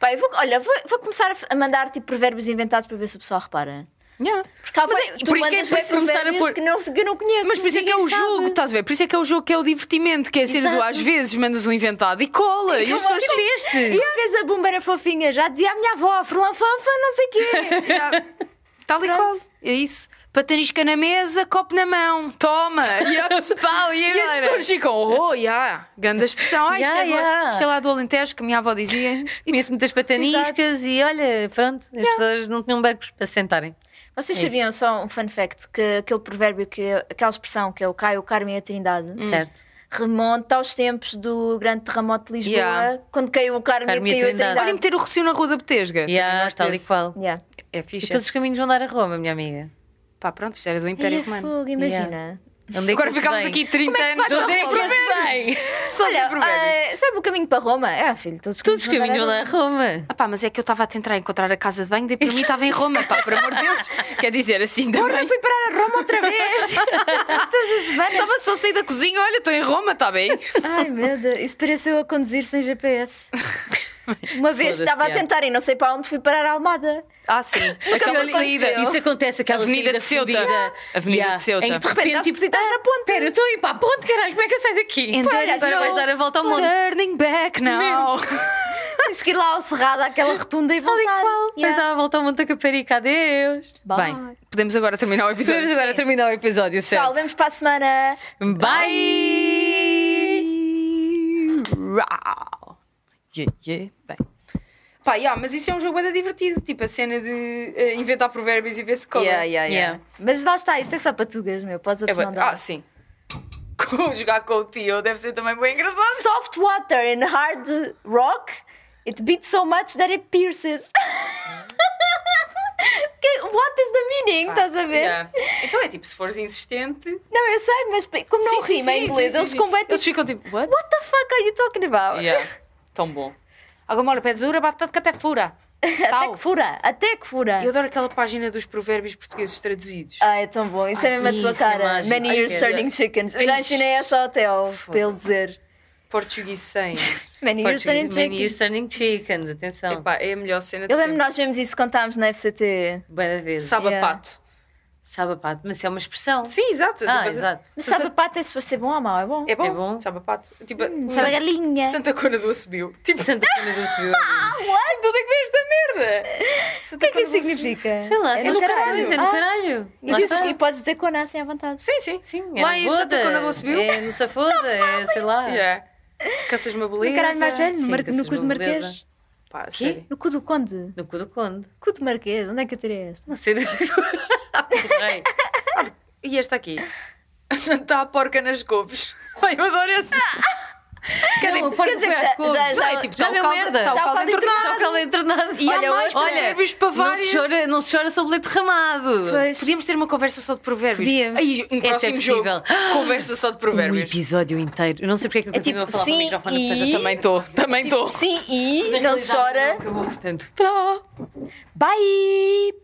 Speaker 3: Pá, eu vou, olha, vou, vou começar a f- a mandar tipo provérbios inventados para ver se o pessoal repara.
Speaker 1: Yeah.
Speaker 3: Porque há
Speaker 1: Mas
Speaker 3: bué-
Speaker 1: é-
Speaker 3: tu
Speaker 1: por isso que é
Speaker 3: mandas bué
Speaker 1: preciso começar a
Speaker 3: provérbios
Speaker 1: pôr-
Speaker 3: que, não, que eu não conheço.
Speaker 1: Mas por isso é que é o
Speaker 3: ninguém sabe.
Speaker 1: jogo, estás a ver? Por isso é que é o jogo que é o divertimento, que é a cena do
Speaker 2: Exato.
Speaker 1: às vezes mandas um inventado e cola. E as pessoas
Speaker 2: Tipo este.
Speaker 3: E às vezes a bomba era fofinha, já dizia a minha avó, Ferlanfanfa, não sei o quê.
Speaker 1: Tal e qual. É isso. Patanisca na mesa, copo na mão, toma! E, a pessoa-
Speaker 2: Pau, e
Speaker 1: e
Speaker 2: agora?
Speaker 1: as pessoas ficam, oh, yeah! Grande expressão, ah, isto,
Speaker 2: Yeah,
Speaker 1: é do-
Speaker 2: yeah.
Speaker 1: isto é lá do Alentejo, que a minha avó dizia.
Speaker 2: Conheço muitas pataniscas e olha, pronto, as pessoas não tinham bancos para se sentarem.
Speaker 1: É
Speaker 3: Vocês sabiam só um fun fact que aquele provérbio, que aquela expressão que é o Caio, o Carmen e a Trindade,
Speaker 1: Hum.
Speaker 2: Certo.
Speaker 3: remonta aos tempos do grande terremoto de Lisboa,
Speaker 1: Yeah.
Speaker 3: quando caiu o Carmo
Speaker 2: Carmo
Speaker 3: e caiu a Trindade.
Speaker 1: Olha, meter o recio na rua da Betesga.
Speaker 2: E
Speaker 1: Também
Speaker 2: yeah,
Speaker 1: gosto
Speaker 2: tal e
Speaker 1: desse.
Speaker 2: qual.
Speaker 3: Yeah.
Speaker 1: É
Speaker 2: E
Speaker 1: fixe.
Speaker 2: todos os caminhos vão dar a Roma, minha amiga.
Speaker 1: Pá, pronto, isto era do
Speaker 3: Ai,
Speaker 1: Império
Speaker 3: é
Speaker 1: Romano.
Speaker 3: fogo, imagina.
Speaker 2: Onde é que
Speaker 1: Agora
Speaker 2: isso
Speaker 1: ficámos
Speaker 2: vem?
Speaker 1: aqui 30
Speaker 3: Como é que se
Speaker 1: anos.
Speaker 3: faz
Speaker 1: Onde é
Speaker 3: com
Speaker 1: que
Speaker 3: Roma?
Speaker 1: isso vem? Só
Speaker 3: Olha,
Speaker 1: sem provérbios.
Speaker 3: ah, sabe o caminho para Roma? É, filho, todos os
Speaker 2: Todos os
Speaker 3: caminhos
Speaker 2: caminhos
Speaker 3: vão
Speaker 2: vão
Speaker 3: dar
Speaker 2: a Roma.
Speaker 1: Ah, pá, mas é que eu estava a tentar encontrar a casa de banho, daí para mim estava em Roma, pá, por amor de Deus. Quer dizer, assim
Speaker 3: Eu
Speaker 1: também.
Speaker 3: fui parar a Roma outra vez. Todas as bandas.
Speaker 1: Estava só a sair da cozinha, olha, estou em Roma, está bem.
Speaker 3: Ai, meu Deus, isso pareceu a conduzir sem GPS. Uma vez
Speaker 2: Foda-se,
Speaker 3: estava a
Speaker 2: é.
Speaker 3: tentar e não sei para onde fui parar a Almada.
Speaker 1: Ah, sim, aquela
Speaker 3: me
Speaker 1: saída.
Speaker 3: aconteceu.
Speaker 2: Isso acontece, aquela
Speaker 1: Avenida
Speaker 2: saída
Speaker 1: de Ceuta.
Speaker 2: fodida.
Speaker 1: Avenida de Ceuta.
Speaker 2: Em que de
Speaker 3: De repente,
Speaker 2: repente,
Speaker 3: tipo,
Speaker 2: tipo,
Speaker 3: estás na ponta.
Speaker 2: pera, eu estou a ir para a ponte, caralho, como é que eu saio daqui?
Speaker 1: And there
Speaker 3: Olha,
Speaker 1: is
Speaker 3: agora
Speaker 1: no
Speaker 3: vais
Speaker 2: dar a volta ao mundo.
Speaker 1: Turning back now.
Speaker 3: Tens que ir lá ao Cerrado, àquela rotunda e
Speaker 2: Tal e
Speaker 3: voltar.
Speaker 2: qual. Depois
Speaker 3: Yeah.
Speaker 2: dá a volta ao Monte da Caparica, adeus.
Speaker 3: Bye.
Speaker 1: Bem, podemos agora terminar o episódio.
Speaker 2: Podemos agora terminar o episódio,
Speaker 3: Tchau,
Speaker 2: certo?
Speaker 3: vemos para a semana.
Speaker 1: Bye! Rau. Yeah, yeah, bem. Pá, yeah, mas isso é um jogo bem divertido, tipo a cena de eh, inventar provérbios e ver se cola.
Speaker 3: Yeah, yeah, yeah.
Speaker 2: Yeah.
Speaker 3: Mas lá está, isto é só patugas, meu. Podes
Speaker 1: É
Speaker 3: outros
Speaker 1: bué-
Speaker 3: não dar.
Speaker 1: ah, sim. Com- Jogar com o tio deve ser também bem engraçado.
Speaker 3: Soft water and hard rock, it beats so much that it pierces. Que- What is the meaning? Estás a ver?
Speaker 1: Yeah. Então é tipo, se fores insistente.
Speaker 3: Não, eu sei, mas pe- como não rima em inglês, eles ficam bem
Speaker 1: Eles
Speaker 3: tipo,
Speaker 1: ficam tipo, what?
Speaker 3: What the fuck are you talking about?
Speaker 1: Yeah. Tão bom. Alguma hora pede dura, bate tanto que até fura.
Speaker 3: Até que fura, até que fura.
Speaker 1: Eu adoro aquela página dos provérbios portugueses traduzidos.
Speaker 3: Ah, é tão bom, isso é mesmo a tua
Speaker 2: isso é
Speaker 3: cara.
Speaker 2: mágico.
Speaker 3: Many
Speaker 1: Ai,
Speaker 3: years
Speaker 1: que-
Speaker 3: turning chickens. Eu
Speaker 1: Ixi.
Speaker 3: já ensinei essa ao Theo, para ele dizer.
Speaker 1: Português sem.
Speaker 3: Many years
Speaker 2: Portuguese
Speaker 3: turning
Speaker 2: Many
Speaker 3: chickens.
Speaker 2: years turning chickens, atenção.
Speaker 1: Epá, é a melhor cena de
Speaker 3: Eu lembro,
Speaker 1: sempre.
Speaker 3: nós vemos isso quando estávamos na FCT.
Speaker 2: Boa da vez.
Speaker 1: Sabe a
Speaker 3: Yeah.
Speaker 1: pato.
Speaker 2: Sabe a pato, mas é uma expressão.
Speaker 1: Sim, exato.
Speaker 2: Ah,
Speaker 1: Tipo,
Speaker 2: exato.
Speaker 3: Mas sabe, pá, até se for ser bom ou mau, é bom.
Speaker 1: É bom.
Speaker 2: É bom.
Speaker 1: Sabe a pato. Tipo,
Speaker 3: Sabe a
Speaker 1: Santa,
Speaker 3: galinha.
Speaker 1: Santa Cona do Assobio. Tipo,
Speaker 2: Santa Cana do Subiu.
Speaker 1: tipo, de onde é que vem esta merda?
Speaker 3: O que é que isso significa?
Speaker 2: Sei lá,
Speaker 3: É
Speaker 2: sei
Speaker 3: no
Speaker 2: lá,
Speaker 3: caralho.
Speaker 2: é no
Speaker 3: Ah,
Speaker 2: caralho.
Speaker 3: e
Speaker 2: Lá
Speaker 3: diz-
Speaker 2: está.
Speaker 3: E podes dizer que nascem à vontade.
Speaker 1: Sim, sim.
Speaker 2: Sim, é
Speaker 1: Lá
Speaker 2: na
Speaker 1: em Santa
Speaker 2: boda,
Speaker 1: Cona do Assobio.
Speaker 2: É no Safoda, é sei lá.
Speaker 1: Yeah. Caças uma
Speaker 3: No
Speaker 1: beleza.
Speaker 3: caralho mais velho, no,
Speaker 2: Sim,
Speaker 3: mar...
Speaker 2: que
Speaker 3: no
Speaker 2: se
Speaker 3: cu do
Speaker 2: beleza.
Speaker 3: Marquês.
Speaker 1: Pá,
Speaker 2: Quê?
Speaker 1: sério.
Speaker 3: No cu do Conde.
Speaker 2: No cu do Conde.
Speaker 3: Cu do Marquês, onde é que eu tirei este?
Speaker 2: Não sei do Rei.
Speaker 1: E esta aqui? Está a porca nas couves. Ai, eu adoro esse. Quer dizer,
Speaker 2: Não, a porca
Speaker 3: quer dizer
Speaker 2: foi às
Speaker 3: que
Speaker 2: couves.
Speaker 3: já- já-
Speaker 2: Vai, tipo,
Speaker 1: já
Speaker 2: já
Speaker 1: deu
Speaker 2: deu
Speaker 1: merda.
Speaker 2: merda.
Speaker 1: é Tá o
Speaker 3: Já
Speaker 1: caldo
Speaker 3: caldo
Speaker 1: entornado.
Speaker 3: entornado.
Speaker 2: Está o caldo entornado.
Speaker 1: E há mais
Speaker 2: olha,
Speaker 1: provérbios para
Speaker 2: não
Speaker 1: várias.
Speaker 2: se chora, não se chora sobre leite derramado.
Speaker 3: Pois.
Speaker 1: Podíamos ter uma conversa só de provérbios.
Speaker 2: Podíamos.
Speaker 1: Aí, um
Speaker 2: Esse é
Speaker 1: próximo jogo.
Speaker 2: possível.
Speaker 1: Conversa só de
Speaker 2: Um
Speaker 1: provérbios.
Speaker 2: episódio inteiro. Eu não sei porque é que eu
Speaker 3: É
Speaker 2: continuo
Speaker 3: tipo,
Speaker 2: a falar para o
Speaker 3: sim,
Speaker 2: microfone,
Speaker 3: e-
Speaker 2: portanto, eu também.
Speaker 1: estou,
Speaker 3: Tipo,
Speaker 1: também estou.
Speaker 3: Sim, e não se
Speaker 2: Na realidade,
Speaker 3: chora.
Speaker 2: não acabou, portanto. Pró.
Speaker 3: Bye!